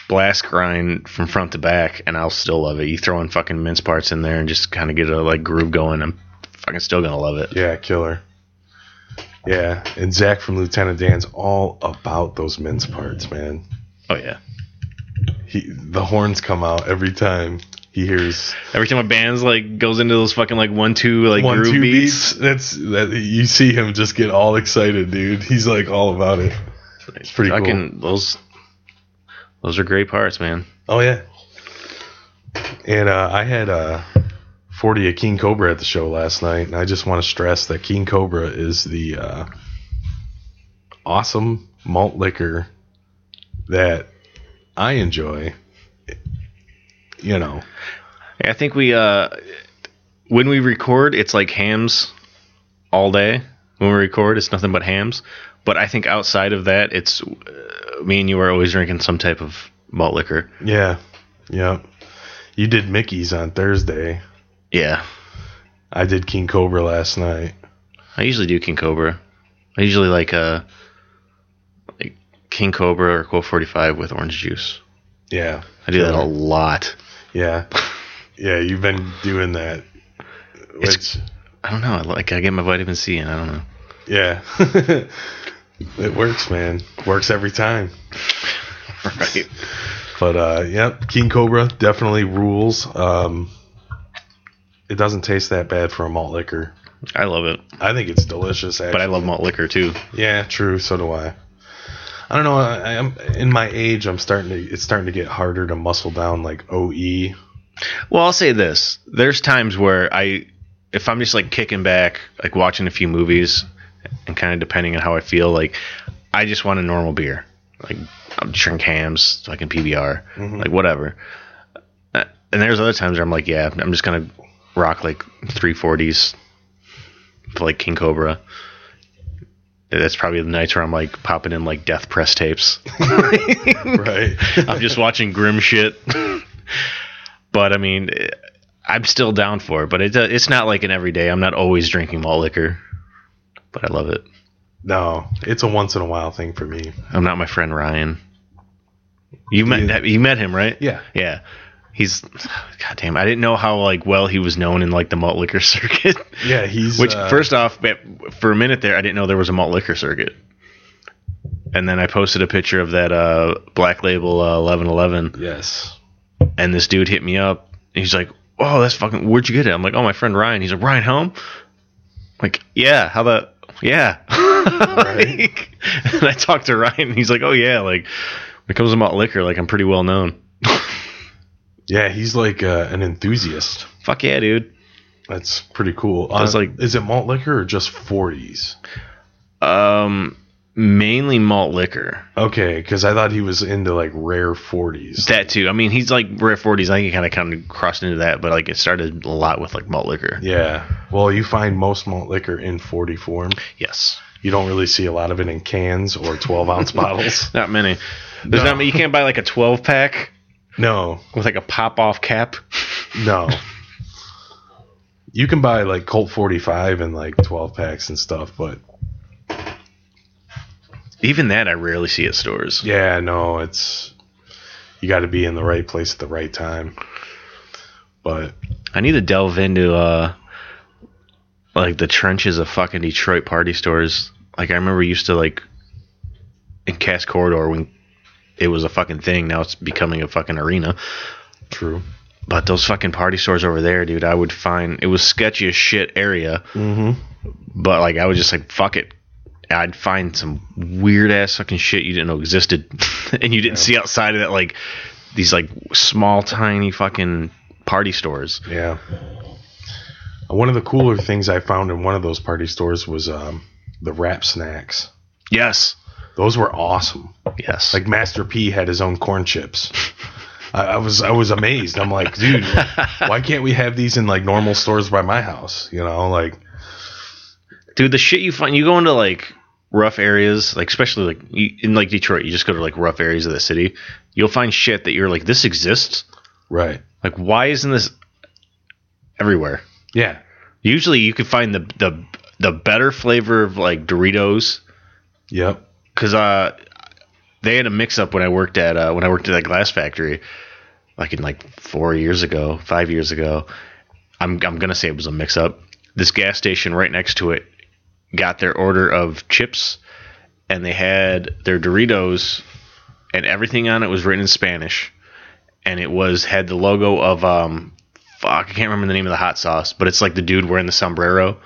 S1: blast grind from front to back, and I'll still love it. You throw in fucking mince parts in there and just kind of get a like groove going. I'm fucking still gonna love it.
S2: yeah, killer. Yeah, and Zach from Lieutenant Dan's all about those mince parts, man.
S1: Oh yeah.
S2: He the horns come out every time he hears
S1: Every time a band's like goes into those fucking like one two like
S2: one
S1: groove
S2: two
S1: beats.
S2: beats. That's that you see him just get all excited, dude. He's like all about it. It's pretty cool.
S1: Fucking those those are great parts, man.
S2: Oh yeah. And uh, I had uh, 40 of King Cobra at the show last night, and I just want to stress that King Cobra is the uh, awesome malt liquor that I enjoy. You know,
S1: I think we uh when we record it's like hams all day. When we record it's nothing but hams, but I think outside of that it's uh, me and you are always drinking some type of malt liquor.
S2: yeah, yeah. You did Mickey's on Thursday.
S1: Yeah.
S2: I did King Cobra last night.
S1: I usually do King Cobra. I usually like uh like King Cobra or Colt 45 with orange juice.
S2: Yeah,
S1: I do that a lot.
S2: yeah, yeah. You've been doing that.
S1: It's-
S2: Which,
S1: I don't know. I like I get my vitamin C and I don't know.
S2: Yeah. it works, man. Works every time.
S1: Right.
S2: But uh yep, King Cobra definitely rules. Um it doesn't taste that bad for a malt liquor.
S1: I love it.
S2: I think it's delicious actually.
S1: But I love malt liquor too.
S2: Yeah, true, so do I. I don't know, I, I'm in my age I'm starting to it's starting to get harder to muscle down like E. OE.
S1: Well, I'll say this: there's times where I, if I'm just like kicking back, like watching a few movies, and kind of depending on how I feel, like I just want a normal beer, like I'm drink hams, fucking PBR, like whatever. Uh, And there's other times where I'm like, yeah, I'm just gonna rock like 340s, for, like King Cobra. That's probably the nights where I'm like popping in like death press tapes.
S2: Right.
S1: I'm just watching grim shit. but I mean, I'm still down for it. But it, it's not like an everyday. I'm not always drinking malt liquor. But I love it.
S2: no, it's a once in a while thing for me.
S1: I'm not my friend Ryan. You met
S2: Yeah.
S1: you met him right?
S2: Yeah.
S1: Yeah. He's goddamn. I didn't know how like well he was known in like the malt liquor circuit.
S2: Yeah, he's
S1: Which
S2: uh,
S1: first off, but for a minute there, I didn't know there was a malt liquor circuit. And then I posted a picture of that uh, black label uh, 1111
S2: Yes.
S1: and this dude hit me up. And he's like, "Oh, that's fucking. Where'd you get it?" I'm like, "Oh, my friend Ryan." He's like, "Ryan Helm." I'm like, yeah. How about yeah? Like, and I talked to Ryan. And he's like, "Oh yeah." Like when it comes to malt liquor, like I'm pretty well known.
S2: Yeah, he's like uh, an enthusiast.
S1: Fuck yeah, dude.
S2: That's pretty cool.
S1: was
S2: Uh,
S1: like-
S2: is it malt liquor or just forties?
S1: Um, mainly malt liquor.
S2: Okay, because I thought he was into like rare forties.
S1: That too. I mean, he's like rare forties. I think he kind of kind of crossed into that, but like it started a lot with like malt liquor.
S2: Yeah. Well, you find most malt liquor in forty form.
S1: Yes.
S2: You don't really see a lot of it in cans or twelve ounce bottles.
S1: Not many. There's
S2: No.
S1: not many. You can't buy like a 12 pack
S2: No,
S1: with like a pop off cap.
S2: no. You can buy like Colt forty five and like twelve packs and stuff, but
S1: Even that I rarely see at stores.
S2: yeah, no, it's you got to be in the right place at the right time. But
S1: I need to delve into uh like the trenches of fucking Detroit party stores. Like I remember used to like in Cass Corridor when it was a fucking thing, now it's becoming a fucking arena.
S2: true.
S1: But those fucking party stores over there, dude, I would find it was sketchy as shit area.
S2: Mm-hmm.
S1: But like I was just like fuck it. I'd find some weird ass fucking shit you didn't know existed and you didn't see outside of that like these like small tiny fucking party stores.
S2: Yeah. One of the cooler things I found in one of those party stores was um, the wrap snacks.
S1: Yes.
S2: Those were awesome.
S1: Yes.
S2: Like Master P had his own corn chips. I, I was I was amazed. I'm like, dude, why can't we have these in like normal stores by my house? You know, like
S1: dude the shit you find you go into like rough areas like especially like you, in like detroit you just go to like rough areas of the city you'll find shit that you're like this exists
S2: right.
S1: like why isn't this everywhere
S2: Yeah.
S1: usually you can find the the the better flavor of like doritos
S2: Yep.
S1: because uh they had a mix up when i worked at uh when i worked at that glass factory like in like four years ago five years ago i'm, I'm gonna say it was a mix up this gas station right next to it got their order of chips and they had their doritos and everything on it was written in spanish and it was had the logo of um fuck i can't remember the name of the hot sauce but it's like the dude wearing the sombrero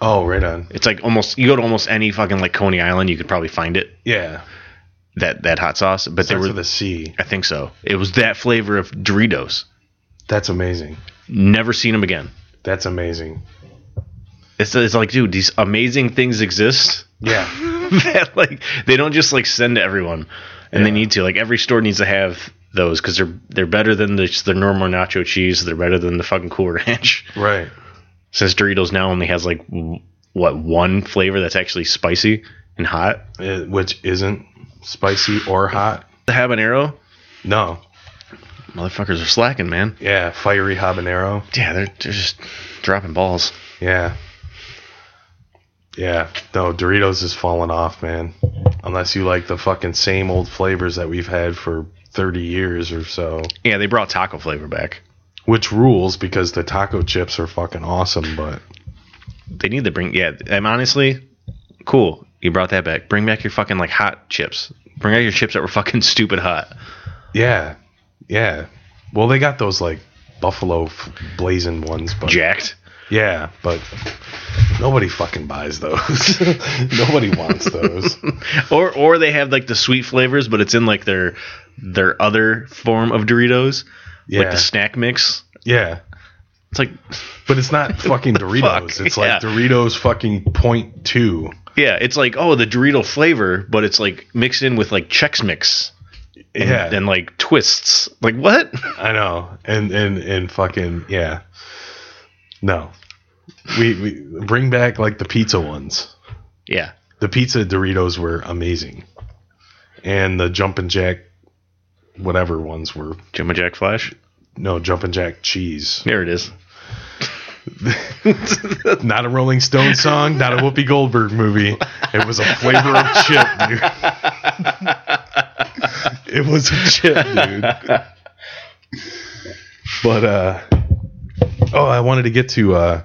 S2: Oh, right on.
S1: it's like almost you go to almost any fucking like coney island you could probably find it
S2: Yeah.
S1: that that hot sauce, but
S2: They
S1: there
S2: were
S1: were
S2: the C.
S1: I think so. It was that flavor of Doritos.
S2: That's amazing.
S1: Never seen them again.
S2: That's amazing.
S1: It's, it's like, dude, these amazing things exist
S2: Yeah.
S1: that like they don't just like send to everyone, and they
S2: Yeah.
S1: need to. Like every store needs to have those because they're they're better than the just the normal nacho cheese. They're better than the fucking Cool Ranch.
S2: Right.
S1: Since Doritos now only has like w- what one flavor that's actually spicy and hot.
S2: Uh, which isn't spicy or hot.
S1: The habanero,
S2: No.
S1: motherfuckers are slacking, man.
S2: Yeah. Fiery habanero.
S1: Yeah, they're, they're just dropping balls.
S2: Yeah. Yeah. No, Doritos is falling off, man. Unless you like the fucking same old flavors that we've had for 30 years or so.
S1: Yeah, they brought taco flavor back.
S2: Which rules because the taco chips are fucking awesome, but
S1: they need to bring yeah i'm honestly cool you brought that back bring back your fucking like hot chips bring out your chips that were fucking stupid hot
S2: yeah. Yeah. Well, they got those like buffalo f- blazing ones, but
S1: jacked
S2: yeah, but nobody fucking buys those. nobody wants those.
S1: or or they have like the sweet flavors but it's in like their their other form of doritos like
S2: Yeah.
S1: the snack mix
S2: yeah.
S1: it's like
S2: But it's not fucking Doritos.
S1: fuck?
S2: It's like
S1: Yeah.
S2: Doritos fucking point two.
S1: yeah it's like oh the dorito flavor but it's like mixed in with like chex mix and,
S2: yeah.
S1: and like twists like what
S2: I know, and and and fucking yeah. No, we we bring back like the pizza ones.
S1: yeah
S2: The pizza Doritos were amazing, and the Jumpin' Jack, whatever ones were
S1: jimmy jack flash
S2: no Jumpin' Jack cheese.
S1: there it is
S2: Not a Rolling Stone song, not a Whoopi Goldberg movie. It was a flavor of chip, dude. it was a chip, dude. But uh, oh, I wanted to get to uh,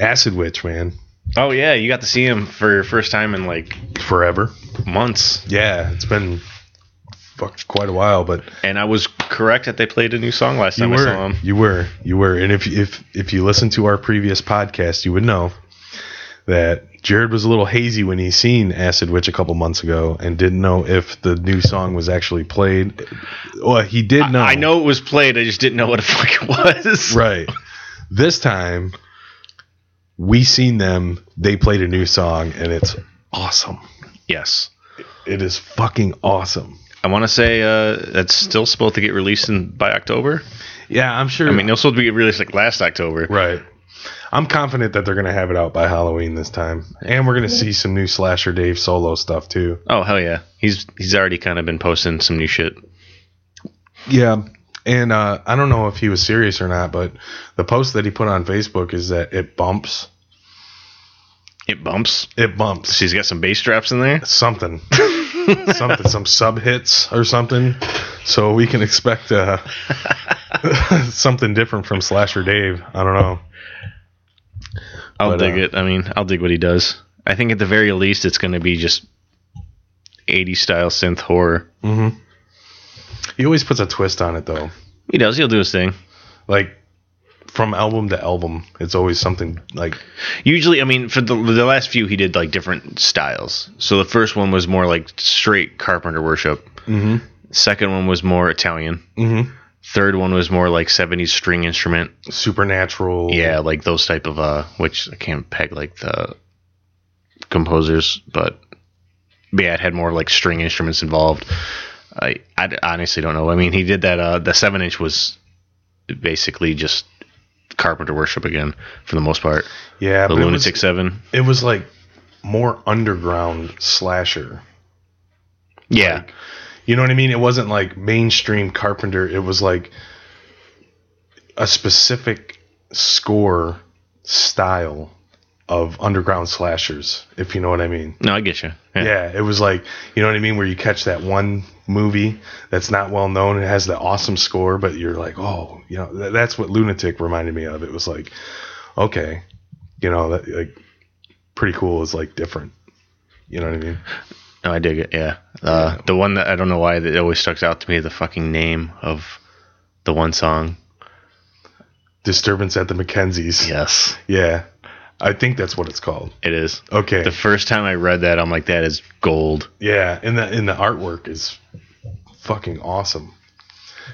S2: Acid Witch, man.
S1: oh yeah you got to see him for your first time in like
S2: Forever.
S1: months
S2: Yeah, it's been fuck quite a while, but
S1: And I was correct that they played a new song last
S2: you
S1: time I saw
S2: were,
S1: them.
S2: you were, you were. And if if if you listen to our previous podcast, you would know that Jared was a little hazy when he seen Acid Witch a couple months ago and didn't know if the new song was actually played. Well, he did know.
S1: I know it was played. I just didn't know what the fuck it was.
S2: Right. This time, we seen them. They played a new song, and it's awesome.
S1: Yes.
S2: It is fucking awesome.
S1: I want to say uh, that's still supposed to get released in by October.
S2: Yeah, I'm sure.
S1: I mean, it was supposed to be released like last October.
S2: Right. I'm confident that they're going to have it out by Halloween this time. And we're going to see some new Slasher Dave solo stuff too.
S1: Oh hell yeah, he's he's already kind of been posting some new shit.
S2: Yeah. And uh, I don't know if he was serious or not, but the post that he put on Facebook is that it bumps.
S1: It bumps.
S2: It bumps.
S1: She's got some bass drops in there.
S2: Something. something. Some sub hits or something. So we can expect uh, something different from Slasher Dave. I don't know.
S1: I'll
S2: But,
S1: dig
S2: uh,
S1: it. I mean, I'll dig what he does. I think at the very least, it's going to be just 80 style synth horror.
S2: He always puts a twist on it, though.
S1: He does. He'll do his thing.
S2: Like, from album to album, it's always something like
S1: Usually, I mean, for the the last few, he did like different styles. So the first one was more like straight Carpenter worship. Mm-hmm. Second one was more Italian. Mm-hmm. Third one was more like '70s string instrument.
S2: supernatural.
S1: Yeah, like those type of uh, which I can't peg like the composers, but, but yeah, it had more like string instruments involved. I, I d- honestly don't know. I mean, he did that. Uh, the seven inch was basically just Carpenter worship again for the most part.
S2: Yeah,
S1: The
S2: but
S1: Lunatic Seven.
S2: It was, it was like more underground slasher.
S1: Yeah,
S2: You know what I mean? It wasn't like mainstream Carpenter. It was like a specific score style of underground slashers, if you know what I mean.
S1: no, I get you. Yeah.
S2: Yeah, it was like, you know what I mean, where you catch that one movie that's not well known and has the awesome score, but you're like, oh, you know, th- that's what Lunatic reminded me of. It was like, okay, you know, that like pretty cool is like different. You know what I mean?
S1: No, I dig it. Yeah. Uh, The one that I don't know why that always stuck out to me the fucking name of the one song.
S2: Disturbance at the Mackenzies.
S1: Yes,
S2: Yeah. I think that's what it's called.
S1: it is.
S2: Okay.
S1: The first time I read that, I'm like, that is gold.
S2: yeah, and the and the artwork is fucking awesome.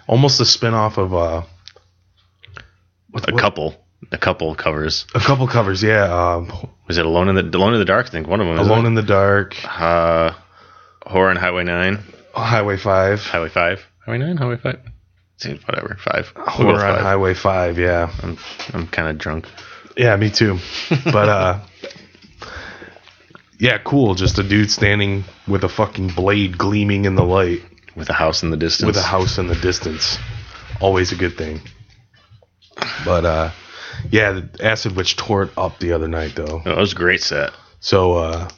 S2: Almost a spin-off of uh
S1: A couple, a couple covers.
S2: a couple covers, yeah. Um,
S1: Was it Alone in the Alone in the Dark? I think one of them.
S2: Alone in the Dark,
S1: Uh, Horror on Highway Nine,
S2: Highway 5.
S1: Highway Five, Highway Nine, Highway Five. Dude, whatever, five. We'll go
S2: Horror
S1: with
S2: on
S1: five.
S2: Highway 5, yeah.
S1: I'm, I'm kind of drunk.
S2: Yeah, me too. But uh Yeah, cool. Just a dude standing with a fucking blade gleaming in the light
S1: With a house in the distance.
S2: with a house in the distance. Always a good thing. But uh yeah, the Acid Witch tore it up the other night though.
S1: No, it was a great set.
S2: So, uh,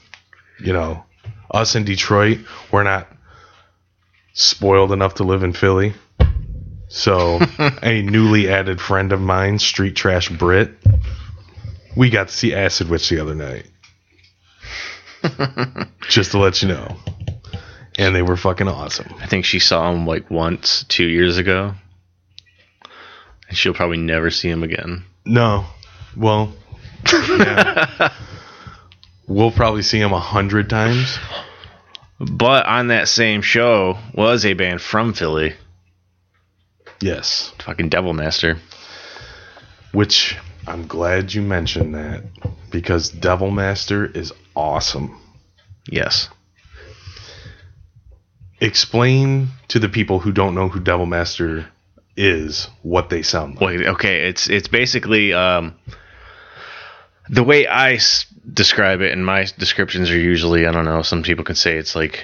S2: you know, us in Detroit, we're not spoiled enough to live in Philly. So, a newly added friend of mine, Street Trash Brit, we got to see Acid Witch the other night. Just to let you know. And they were fucking awesome.
S1: I think she saw him like once two years ago, and she'll probably never see him again.
S2: No. Well, yeah. we'll probably see him a hundred times.
S1: But on that same show was a band from Philly,
S2: Yes.
S1: fucking Devil Master.
S2: Which I'm glad you mentioned that because Devil Master is awesome.
S1: Yes,
S2: Explain to the people who don't know who Devil Master is what they sound like.
S1: Um, Wait, okay, it's it's basically um, the way I s- describe it, and my descriptions are usually I don't know. Some people can say it's like,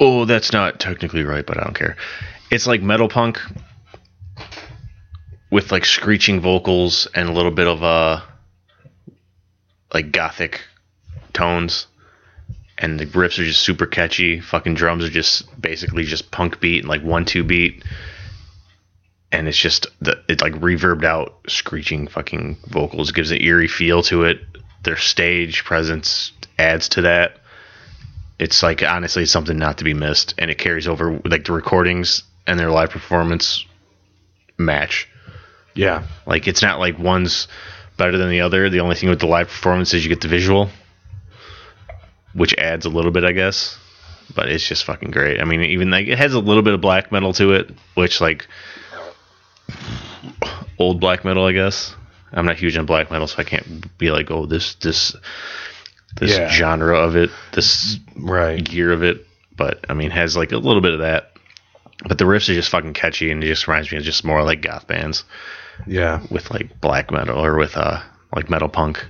S1: oh, that's not technically right, but I don't care. It's like metal punk with like screeching vocals and a little bit of uh, like gothic tones. And the riffs are just super catchy. Fucking drums are just basically just punk beat and like one two beat and it's just the it like reverbed out screeching fucking vocals gives an eerie feel to it their stage presence adds to that it's like honestly it's something not to be missed and it carries over like the recordings and their live performance match
S2: Yeah.
S1: like it's not like one's better than the other the only thing with the live performance is you get the visual which adds a little bit i guess but it's just fucking great i mean even like it has a little bit of black metal to it which like old black metal i guess i'm not huge on black metal so i can't be like oh this this this
S2: Yeah.
S1: genre of it this
S2: Right.
S1: gear of it, but I mean, has like a little bit of that. But the riffs are just fucking catchy, and it just reminds me of just more like goth bands
S2: Yeah.
S1: with like black metal or with uh like metal punk.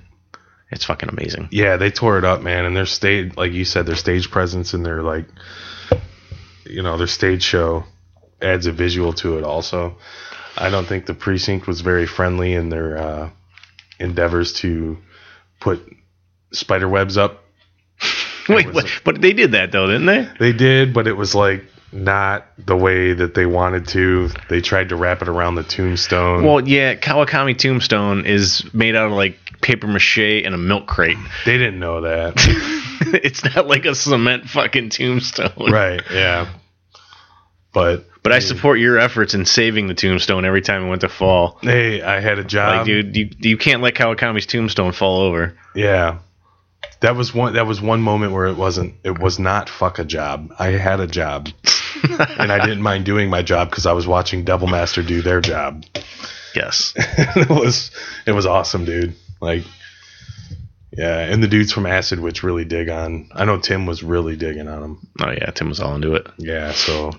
S1: It's fucking amazing.
S2: Yeah, they tore it up, man, and their stage like you said, their stage presence and their like you know, their stage show adds a visual to it also. I don't think the precinct was very friendly in their uh, endeavors to put spider webs up
S1: Wait, what, but they did that though, didn't they?
S2: They did, but it was like not the way that they wanted to. They tried to wrap it around the tombstone.
S1: Well, yeah, Kawakami Tombstone is made out of like paper mache and a milk crate.
S2: they didn't know that.
S1: it's not like a cement fucking tombstone.
S2: right. Yeah. But
S1: But I support your efforts in saving the tombstone every time it went to fall.
S2: hey, I had a job.
S1: Like, dude, you, you can't let Kawakami's tombstone fall over.
S2: Yeah. That was one that was one moment where it wasn't it was not fuck a job. I had a job. and I didn't mind doing my job cuz I was watching Devil Master do their job.
S1: Yes.
S2: it was it was awesome, dude. Like, Yeah, and the dudes from Acid Witch really dig on. I know Tim was really digging on them.
S1: Oh yeah, Tim was all into it.
S2: Yeah, so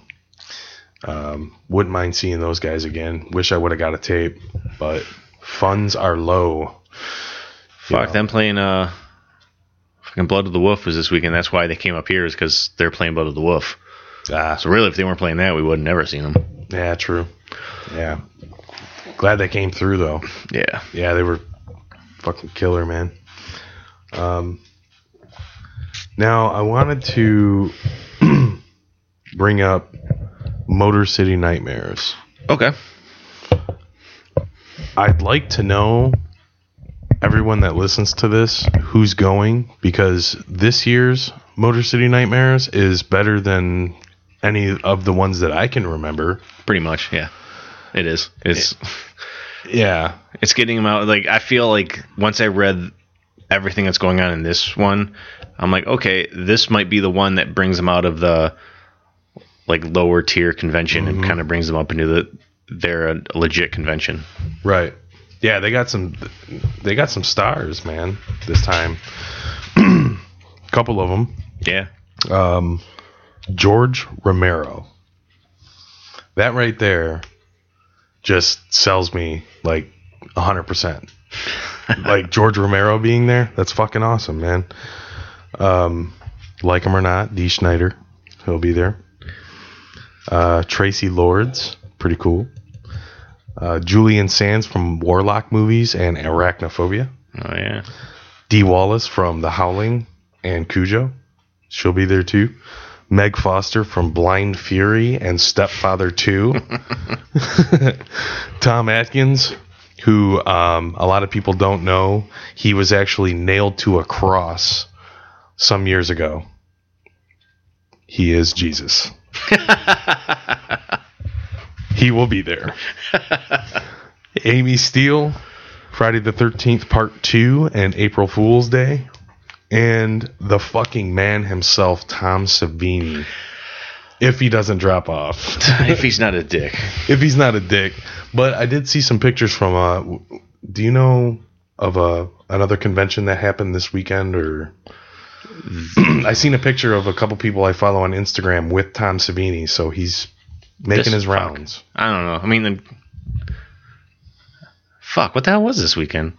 S2: um, wouldn't mind seeing those guys again. Wish I would have got a tape, but funds are low.
S1: Fuck
S2: Yeah.
S1: them playing uh fucking Blood of the Wolf was this weekend. That's why they came up here is because they're playing Blood of the Wolf.
S2: Ah,
S1: So really, if they weren't playing that, we would have never seen them.
S2: yeah, true. Yeah, glad they came through though.
S1: Yeah.
S2: Yeah, they were fucking killer, man. Um, now I wanted to bring up Motor City Nightmares.
S1: Okay.
S2: I'd like to know everyone that listens to this who's going because this year's Motor City Nightmares is better than any of the ones that I can remember.
S1: Pretty much. Yeah. It is. It's
S2: Yeah.
S1: it's getting them out. Like I feel like once I read everything that's going on in this one, I'm like, okay, this might be the one that brings them out of the like lower tier convention and kind of brings them up into the they're a legit convention.
S2: Right. Yeah, they got some they got some stars, man, this time. Couple of them.
S1: Yeah.
S2: Um, George Romero. That right there just sells me like 100%. like George Romero being there, that's fucking awesome, man. Um, like him or not, D. Schneider, he'll be there. Uh, Tracy Lords, pretty cool. Uh, Julian Sands from Warlock movies and Arachnophobia.
S1: Oh yeah.
S2: Dee Wallace from The Howling and Cujo. She'll be there too. Meg Foster from Blind Fury and Stepfather 2. Tom Atkins, who um, a lot of people don't know, he was actually nailed to a cross some years ago. He is Jesus. he will be there. Amy Steele, Friday the 13th, Part 2, and April Fool's Day. And the fucking man himself, Tom Savini. If he doesn't drop off,
S1: if he's not a dick.
S2: if he's not a dick. But I did see some pictures from. Uh, w- do you know of a another convention that happened this weekend? Or
S1: Mm.
S2: I seen a picture of a couple people I follow on Instagram with Tom Savini, so he's making
S1: This
S2: his
S1: fuck.
S2: rounds.
S1: I don't know. I mean, the, fuck. What the hell was this weekend?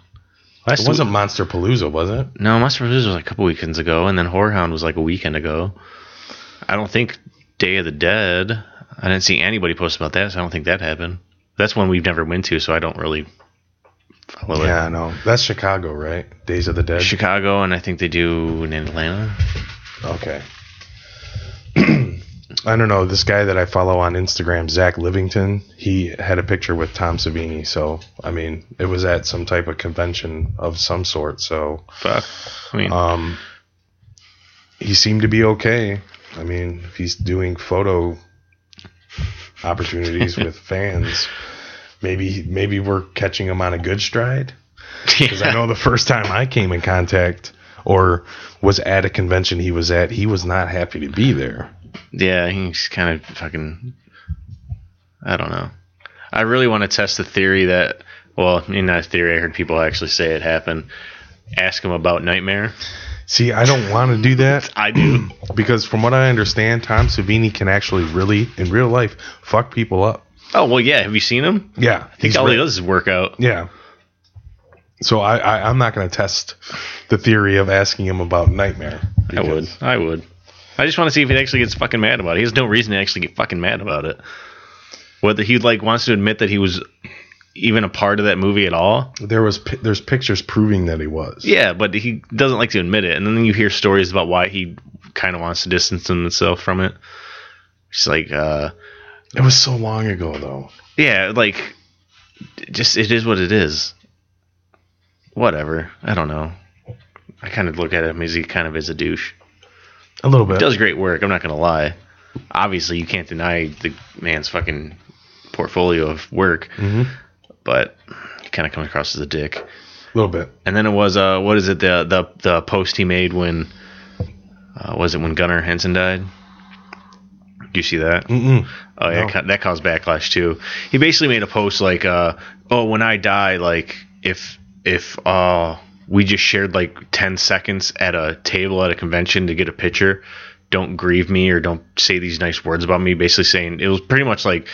S1: Last
S2: It wasn't Monster Palooza, was it?
S1: week- no, Monster Producer was like a couple weekends ago, and then Horrorhound was like a weekend ago. I don't think Day of the Dead. I didn't see anybody post about that, so I don't think that happened. That's one we've never went to, so I don't really follow
S2: Yeah, I know. That's Chicago, right? Days of the Dead.
S1: it. Chicago, and I think they do in Atlanta.
S2: Okay. I don't know. This guy that I follow on Instagram, Zach Livington, he had a picture with Tom Savini. So, I mean, it was at some type of convention of some sort. So,
S1: Fuck. I mean,
S2: um, he seemed to be okay. I mean, if he's doing photo opportunities with fans, maybe maybe we're catching him on a good stride. Because I know the first time I came in contact or was at a convention he was at, he was not happy to be there.
S1: Yeah, he's kind of fucking. I don't know. I really want to test the theory that, well, I mean, not a theory. I heard people actually say it happened. Ask him about Nightmare.
S2: See, I don't want to do that
S1: I do.
S2: because, from what I understand, Tom Savini can actually really, in real life, fuck people up.
S1: oh well, yeah. Have you seen him?
S2: Yeah,
S1: I think
S2: he's
S1: all he
S2: re-
S1: does is work out.
S2: Yeah. So I, I I'm not going to test the theory of asking him about nightmare.
S1: I would.
S2: because-
S1: I would. I just want to see if he actually gets fucking mad about it. He has no reason to actually get fucking mad about it. Whether he like wants to admit that he was even a part of that movie at all.
S2: There was pi- there's pictures proving that he was.
S1: Yeah, but he doesn't like to admit it. And then you hear stories about why he kind of wants to distance himself from it. It's like, uh,
S2: It was so long ago though.
S1: yeah, like, just it is what it is. Whatever. I don't know. I kind of look at him as he kind of is a douche.
S2: A little bit.
S1: Does great work. I'm not gonna lie. Obviously, you can't deny the man's fucking portfolio of work,
S2: Mhm.
S1: but he kind of comes across as a dick.
S2: A little bit.
S1: And then it was uh, what is it the the the post he made when uh, was it when Gunnar Henson died? Do you see that?
S2: Mm-mm.
S1: Oh yeah,
S2: No.
S1: ca- that caused backlash too. He basically made a post like, uh, "Oh, when I die, like if if uh we just shared like 10 seconds at a table at a convention to get a picture. Don't grieve me or don't say these nice words about me. Basically saying it was pretty much like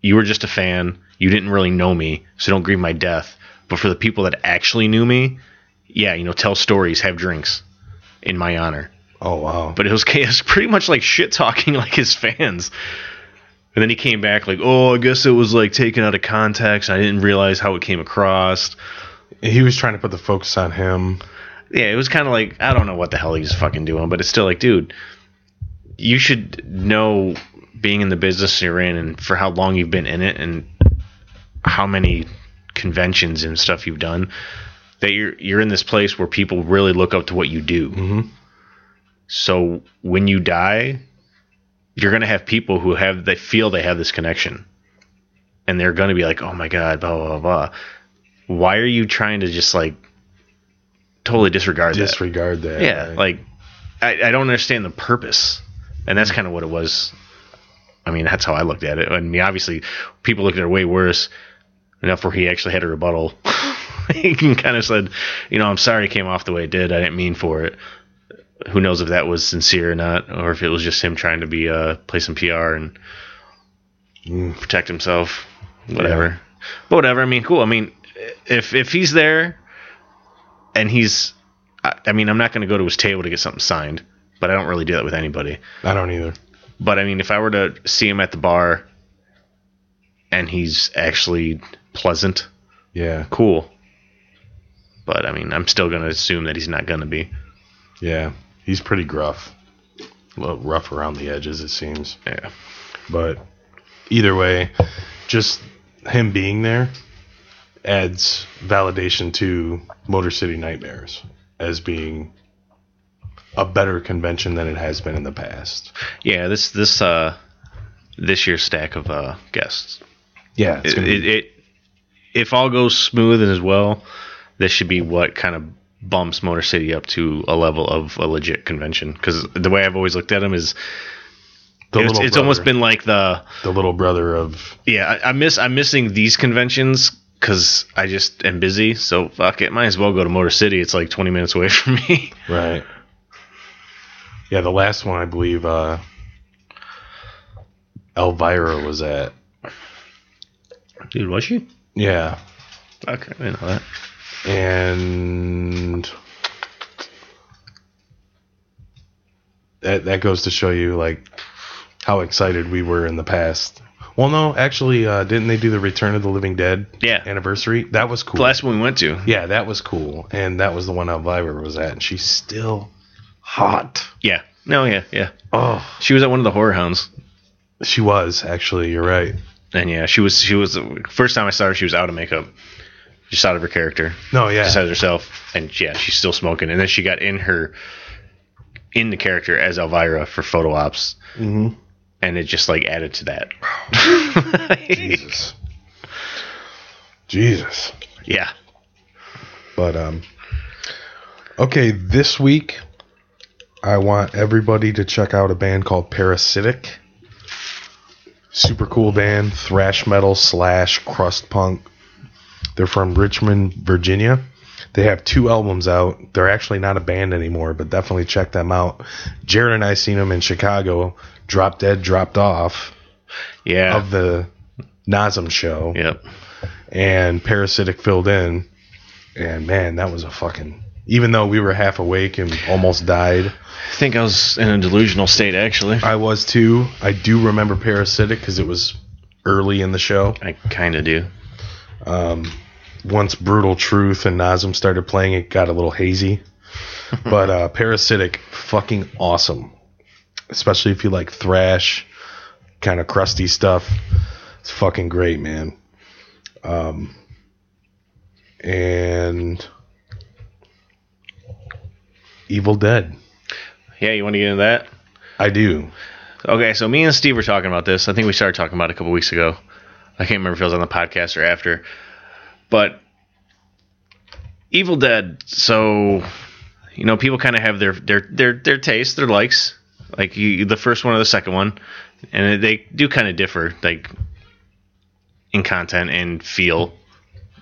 S1: you were just a fan. You didn't really know me, so don't grieve my death. But for the people that actually knew me, yeah, you know, tell stories, have drinks in my honor.
S2: Oh wow.
S1: But it was, it was pretty much like shit talking like his fans. And then he came back like, oh, I guess it was like taken out of context. I didn't realize how it came across.
S2: he was trying to put the focus on him.
S1: yeah, it was kind of like I don't know what the hell he's fucking doing, but it's still like, dude, you should know being in the business you're in and for how long you've been in it and how many conventions and stuff you've done that you're you're in this place where people really look up to what you do.
S2: Mhm.
S1: So when you die, you're gonna have people who have they feel they have this connection, and they're gonna be like, oh my god, blah blah blah. blah. Why are you trying to just like totally disregard that?
S2: Disregard that.
S1: yeah
S2: right?
S1: like I, I don't understand the purpose and that's kind of what it was i mean that's how i looked at it i mean obviously people looked at it way worse enough where he actually had a rebuttal he kind of said you know i'm sorry it came off the way it did i didn't mean for it who knows if that was sincere or not or if it was just him trying to be uh play some pr and
S2: Mm.
S1: protect himself whatever but whatever i mean cool i mean if if he's there and he's I, I mean, I'm not going to go to his table to get something signed, but I don't really do that with anybody.
S2: I don't either.
S1: But I mean, if I were to see him at the bar and he's actually pleasant,
S2: Yeah.
S1: cool. But I mean, I'm still going to assume that he's not going to be.
S2: Yeah. He's pretty gruff. A little rough around the edges it seems.
S1: Yeah.
S2: But either way, just him being there adds validation to Motor City Nightmares as being a better convention than it has been in the past.
S1: Yeah, this this uh this year's stack of uh guests.
S2: Yeah, it's
S1: It,
S2: gonna be-
S1: it, it if all goes smooth and as well, this should be what kind of bumps Motor City up to a level of a legit convention cuz the way I've always looked at him is
S2: the
S1: it's,
S2: little
S1: it's almost
S2: brother-
S1: been like the
S2: the little brother of
S1: yeah I, I miss i'm missing these conventions because i just am busy so fuck it might as well go to motor city it's like 20 minutes away from me
S2: Right. Yeah, the last one I believe uh Elvira was at.
S1: dude was she
S2: Yeah.
S1: okay i didn't know that
S2: And that that goes to show you like how excited we were in the past. Well, no, actually, uh, didn't they do the Return of the Living Dead
S1: Yeah.
S2: anniversary? That was cool.
S1: the last one we went to
S2: yeah, that was cool, and that was the one Elvira was at, and she's still hot.
S1: yeah no yeah yeah
S2: Oh,
S1: she was at one of the horror hounds
S2: she was actually. You're right.
S1: and yeah she was she was first time i saw her she was out of makeup just out of her character
S2: No, yeah.
S1: just as herself and yeah she's still smoking and then she got in her in the character as elvira for photo ops
S2: mm-hmm.
S1: and it just like added to that
S2: Jesus. Jesus.
S1: yeah
S2: But um okay, this week I want everybody to check out a band called Parasitic. Super cool band, thrash metal slash crust punk. They're from Richmond, Virginia. They have two albums out. They're actually not a band anymore, but definitely check them out. Jared and I seen them in Chicago. Drop Dead Dropped Off
S1: yeah
S2: of the Nazem show.
S1: Yep.
S2: and parasitic filled in and man that was a fucking even though we were half awake and almost died
S1: I think I was in a delusional state actually.
S2: i was too i do remember parasitic because it was early in the show
S1: I kind of do.
S2: once brutal truth and nazim started playing it got a little hazy but uh parasitic fucking awesome especially if you like thrash kind of crusty stuff it's fucking great man um and evil dead
S1: Yeah, you want to get into that?
S2: i do
S1: Okay, so me and Steve were talking about this. I think we started talking about it a couple weeks ago. I can't remember if it was on the podcast or after. But Evil Dead, so you know, people kind of have their their their their tastes, their likes. Like you, the first one or the second one, and they do kind of differ, like in content and feel.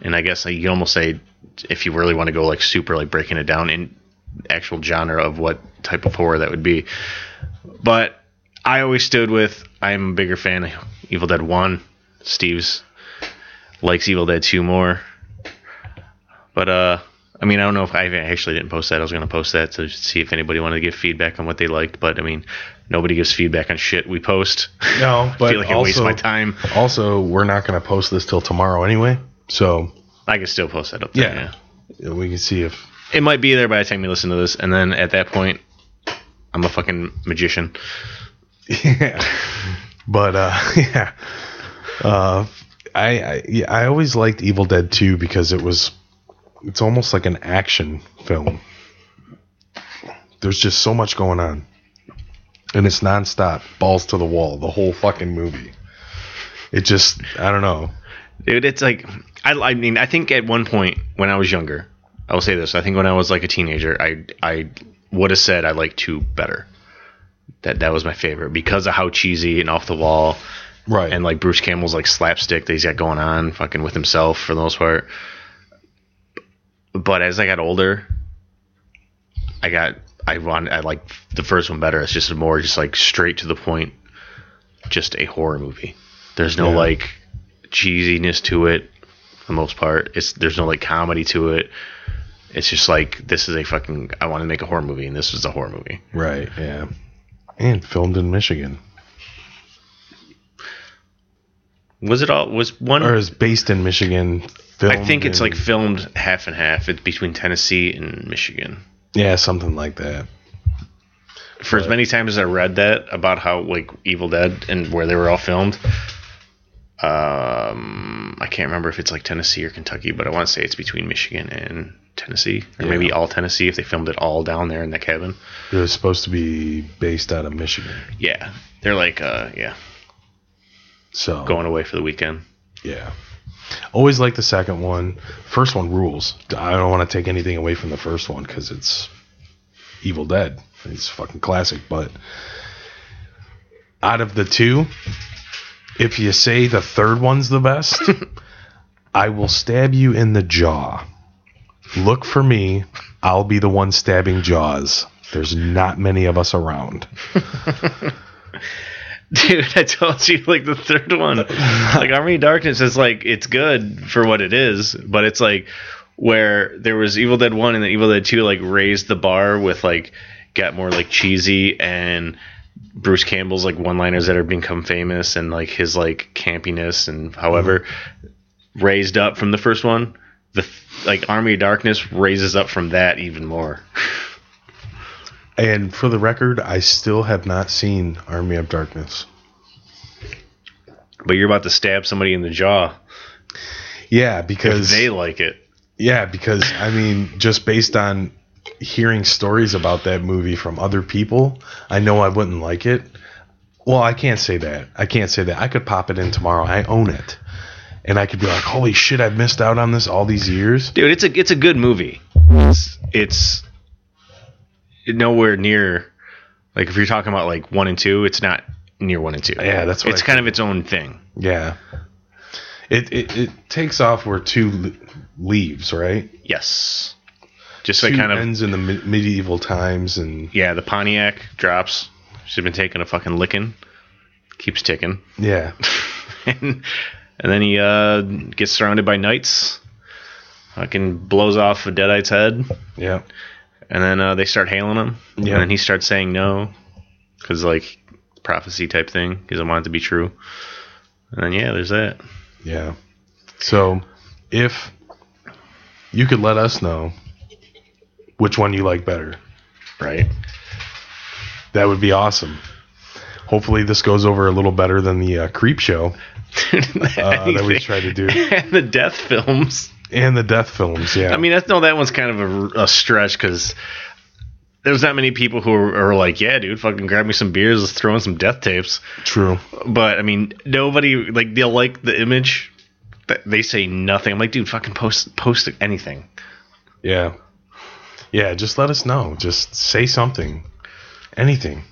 S1: And I guess like, you can almost say if you really want to go like super like breaking it down in actual genre of what type of horror that would be. But I always stood with I'm a bigger fan of Evil Dead 1. Steve's likes Evil Dead 2 more. But uh I mean, I don't know if I actually didn't post that. I was going to post that to see if anybody wanted to give feedback on what they liked, but I mean, nobody gives feedback on shit we post.
S2: No,
S1: I
S2: but
S1: feel like I waste
S2: also,
S1: my time.
S2: also we're not going to post this till tomorrow anyway. So
S1: I can still post that up there.
S2: yeah,
S1: yeah.
S2: we can see if
S1: it might be there by the time you listen to this, and then at that point, I'm a fucking magician.
S2: yeah. But uh, yeah, uh, I I, yeah, I always liked Evil Dead 2 because it was it's almost like an action film. There's just so much going on, and it's nonstop, balls to the wall, the whole fucking movie. It just I don't know.
S1: Dude, it's like I, I mean, I think at one point when I was younger, I will say this. I think when I was like a teenager, I I would have said I liked two better. That that was my favorite because of how cheesy and off the wall
S2: Right.
S1: and like Bruce Campbell's like slapstick that he's got going on, fucking with himself for the most part. But as I got older, I got I want I like the first one better. It's just more just like straight to the point, just a horror movie. There's no
S2: Yeah.
S1: like cheesiness to it for the most part. It's there's no like comedy to it. It's just like this is a fucking I want to make a horror movie and this is a horror movie.
S2: right. Yeah. And filmed in Michigan,
S1: Was it all was one
S2: or is based in Michigan. Filmed
S1: I think it's
S2: in-
S1: like filmed half and half. It's between Tennessee and Michigan.
S2: yeah, something like that.
S1: For as many times as I read that about how like Evil Dead and where they were all filmed, um, I can't remember if it's like Tennessee or Kentucky, but I want to say it's between Michigan and Tennessee, or
S2: Yeah.
S1: maybe all Tennessee if they filmed it all down there in that cabin.
S2: It was supposed to be based out of Michigan.
S1: Yeah, they're like, uh, yeah,
S2: So
S1: going away for the weekend.
S2: Yeah. Always like the second one. First one rules. I don't want to take anything away from the first one because it's Evil Dead. It's fucking classic. But out of the two, if you say the third one's the best, I will stab you in the jaw. Look for me. I'll be the one stabbing jaws. There's not many of us around.
S1: Dude, I told you like the third one. Like Army of Darkness is like it's good for what it is, but it's like where there was Evil Dead 1 and then Evil Dead 2 like raised the bar with like got more like cheesy and Bruce Campbell's like one-liners that are become famous and like his like campiness and however raised up from the first one. The th- like Army of Darkness raises up from that even more.
S2: And for the record, I still have not seen Army of Darkness.
S1: But you're about to stab somebody in the jaw
S2: Yeah,
S1: because
S2: because
S1: they like it.
S2: Yeah, because I mean, just based on hearing stories about that movie from other people, I know I wouldn't like it. Well, I can't say that. I can't say that. I could pop it in tomorrow. I own it. And I could be like, holy shit, I've missed out on this all these years.
S1: dude it's a it's a good movie it's, it's nowhere near like if you're talking about like one and two it's not near one and two
S2: Yeah, that's what
S1: it's
S2: I
S1: kind of its own thing
S2: Yeah. It, it, it takes off where two le- leaves, right?
S1: yes just
S2: Two
S1: like kind of
S2: ends in the me- medieval times, and
S1: yeah the pontiac drops she's been taking a fucking licking keeps ticking
S2: yeah,
S1: and, and then he uh gets surrounded by knights fucking blows off a deadite's head
S2: yeah,
S1: And then uh, they start hailing him.
S2: Yeah.
S1: And then he starts saying no, because like prophecy type thing. He doesn't want it to be true. And then yeah, there's that.
S2: yeah. So, if you could let us know which one you like better,
S1: Right.
S2: That would be awesome. Hopefully, this goes over a little better than the uh, creep show uh, that we tried to do
S1: and the death films.
S2: and the death films. Yeah,
S1: I mean, that's no, that one's kind of a, a stretch because there's not many people who are, are like, yeah, dude, fucking grab me some beers, let's throw in some death tapes.
S2: true.
S1: But I mean, nobody like they'll like the image. but They say nothing. I'm like, dude, fucking post post anything.
S2: Yeah, yeah. Just let us know. Just say something, anything.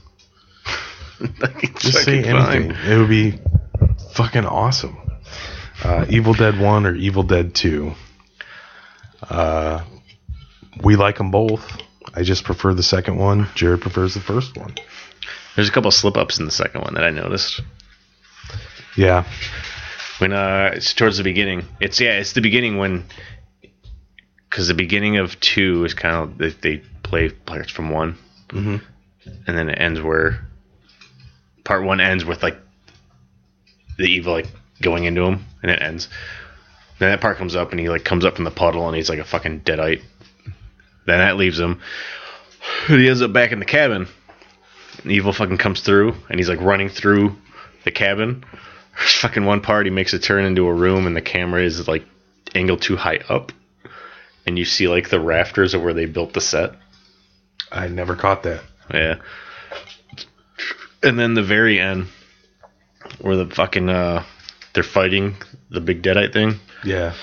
S1: Like, it's
S2: Just say
S1: fucking fine.
S2: anything. It would be fucking awesome. Uh, Evil Dead One or Evil Dead Two. Uh, we like them both. I just prefer the second one. Jared prefers the first one.
S1: There's a couple slip ups in the second one that I noticed.
S2: Yeah,
S1: when uh it's towards the beginning it's yeah it's the beginning when because the beginning of two is kind of they, they play parts from one
S2: Mhm.
S1: and then it ends where part one ends with like the evil like going into him and it ends then that part comes up and he like comes up from the puddle and he's like a fucking deadite then that leaves him he ends up back in the cabin and evil fucking comes through and he's like running through the cabin fucking one part he makes a turn into a room and the camera is like angled too high up and you see like the rafters of where they built the set
S2: I never caught that.
S1: yeah and then the very end where the fucking uh they're fighting the big deadite thing
S2: Yeah,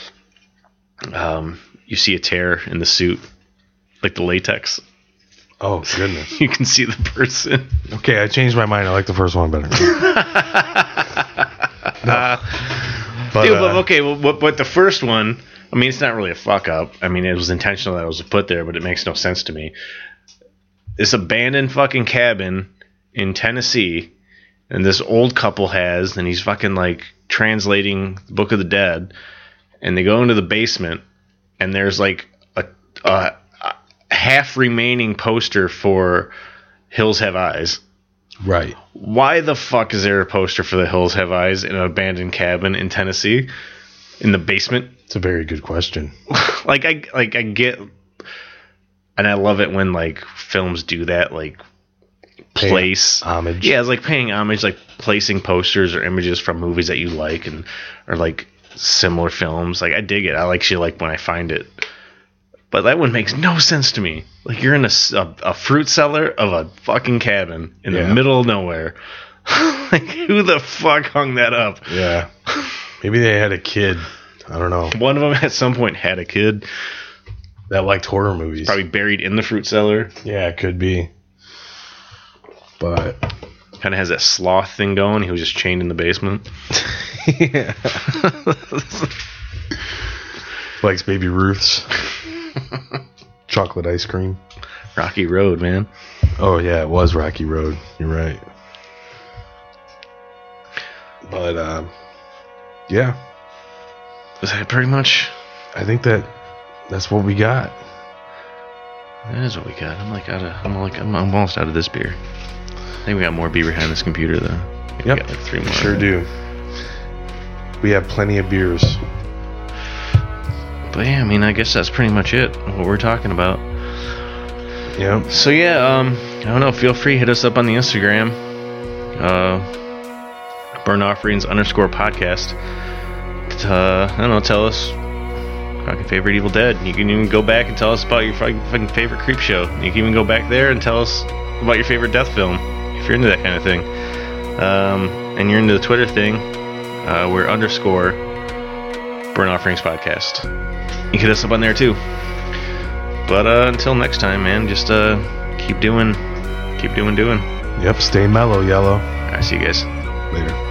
S1: um you see a tear in the suit like the latex
S2: Oh goodness.
S1: you can see the person
S2: Okay, I changed my mind. I like the first one better. No. But,
S1: Dude, but
S2: uh,
S1: okay, well, but, but the first one, I mean, it's not really a fuck up. I mean, it was intentional that it was put there, but it makes no sense to me. This abandoned fucking cabin in Tennessee, and this old couple has, and he's fucking like translating the Book of the Dead, and they go into the basement, and there's like a, a, a half remaining poster for Hills Have Eyes
S2: right.
S1: why the fuck is there a poster for the hills have eyes in an abandoned cabin in tennessee in the basement
S2: It's a very good question.
S1: like i like i get and i love it when like films do that like
S2: Pay
S1: place
S2: homage.
S1: yeah it's like paying homage like placing posters or images from movies that you like and or like similar films like i dig it i actually like when i find it but that one makes no sense to me like you're in a, s- a- a fruit cellar of a fucking cabin in
S2: Yeah.
S1: the middle of nowhere like who the fuck hung that up
S2: Yeah. Maybe they had a kid. I don't know.
S1: one of them at some point had a kid
S2: That liked horror movies.
S1: probably buried in the fruit cellar
S2: Yeah, it could be. But
S1: kind of has that sloth thing going. He was just chained in the basement.
S2: yeah. likes baby Ruth's chocolate ice cream.
S1: Rocky Road, man.
S2: Oh yeah, it was Rocky Road. You're right. But um, yeah,
S1: Is that pretty much?
S2: I think that that's what we got.
S1: That is what we got. I'm like out of. I'm like I'm, I'm almost out of this beer. I think we got more beer behind this computer though. I think
S2: Yep.
S1: We got like three
S2: We
S1: more.
S2: Sure do. We have plenty of beers.
S1: But yeah, I mean, I guess that's pretty much it. What we're talking about.
S2: Yep.
S1: So yeah, um, I don't know. Feel free hit us up on the Instagram, uh, burn offerings underscore podcast. Uh, I don't know. Tell us fucking favorite Evil Dead. You can even go back and tell us about your fucking fucking favorite creep show. You can even go back there and tell us about your favorite death film if you're into that kind of thing. Um, and you're into the Twitter thing. Uh, we're underscore burn offerings podcast. You can hit us up on there too. But uh, until next time, man, just uh, keep doing, keep doing, doing.
S2: Yep. Stay mellow, yellow.
S1: I see you guys.
S2: Later.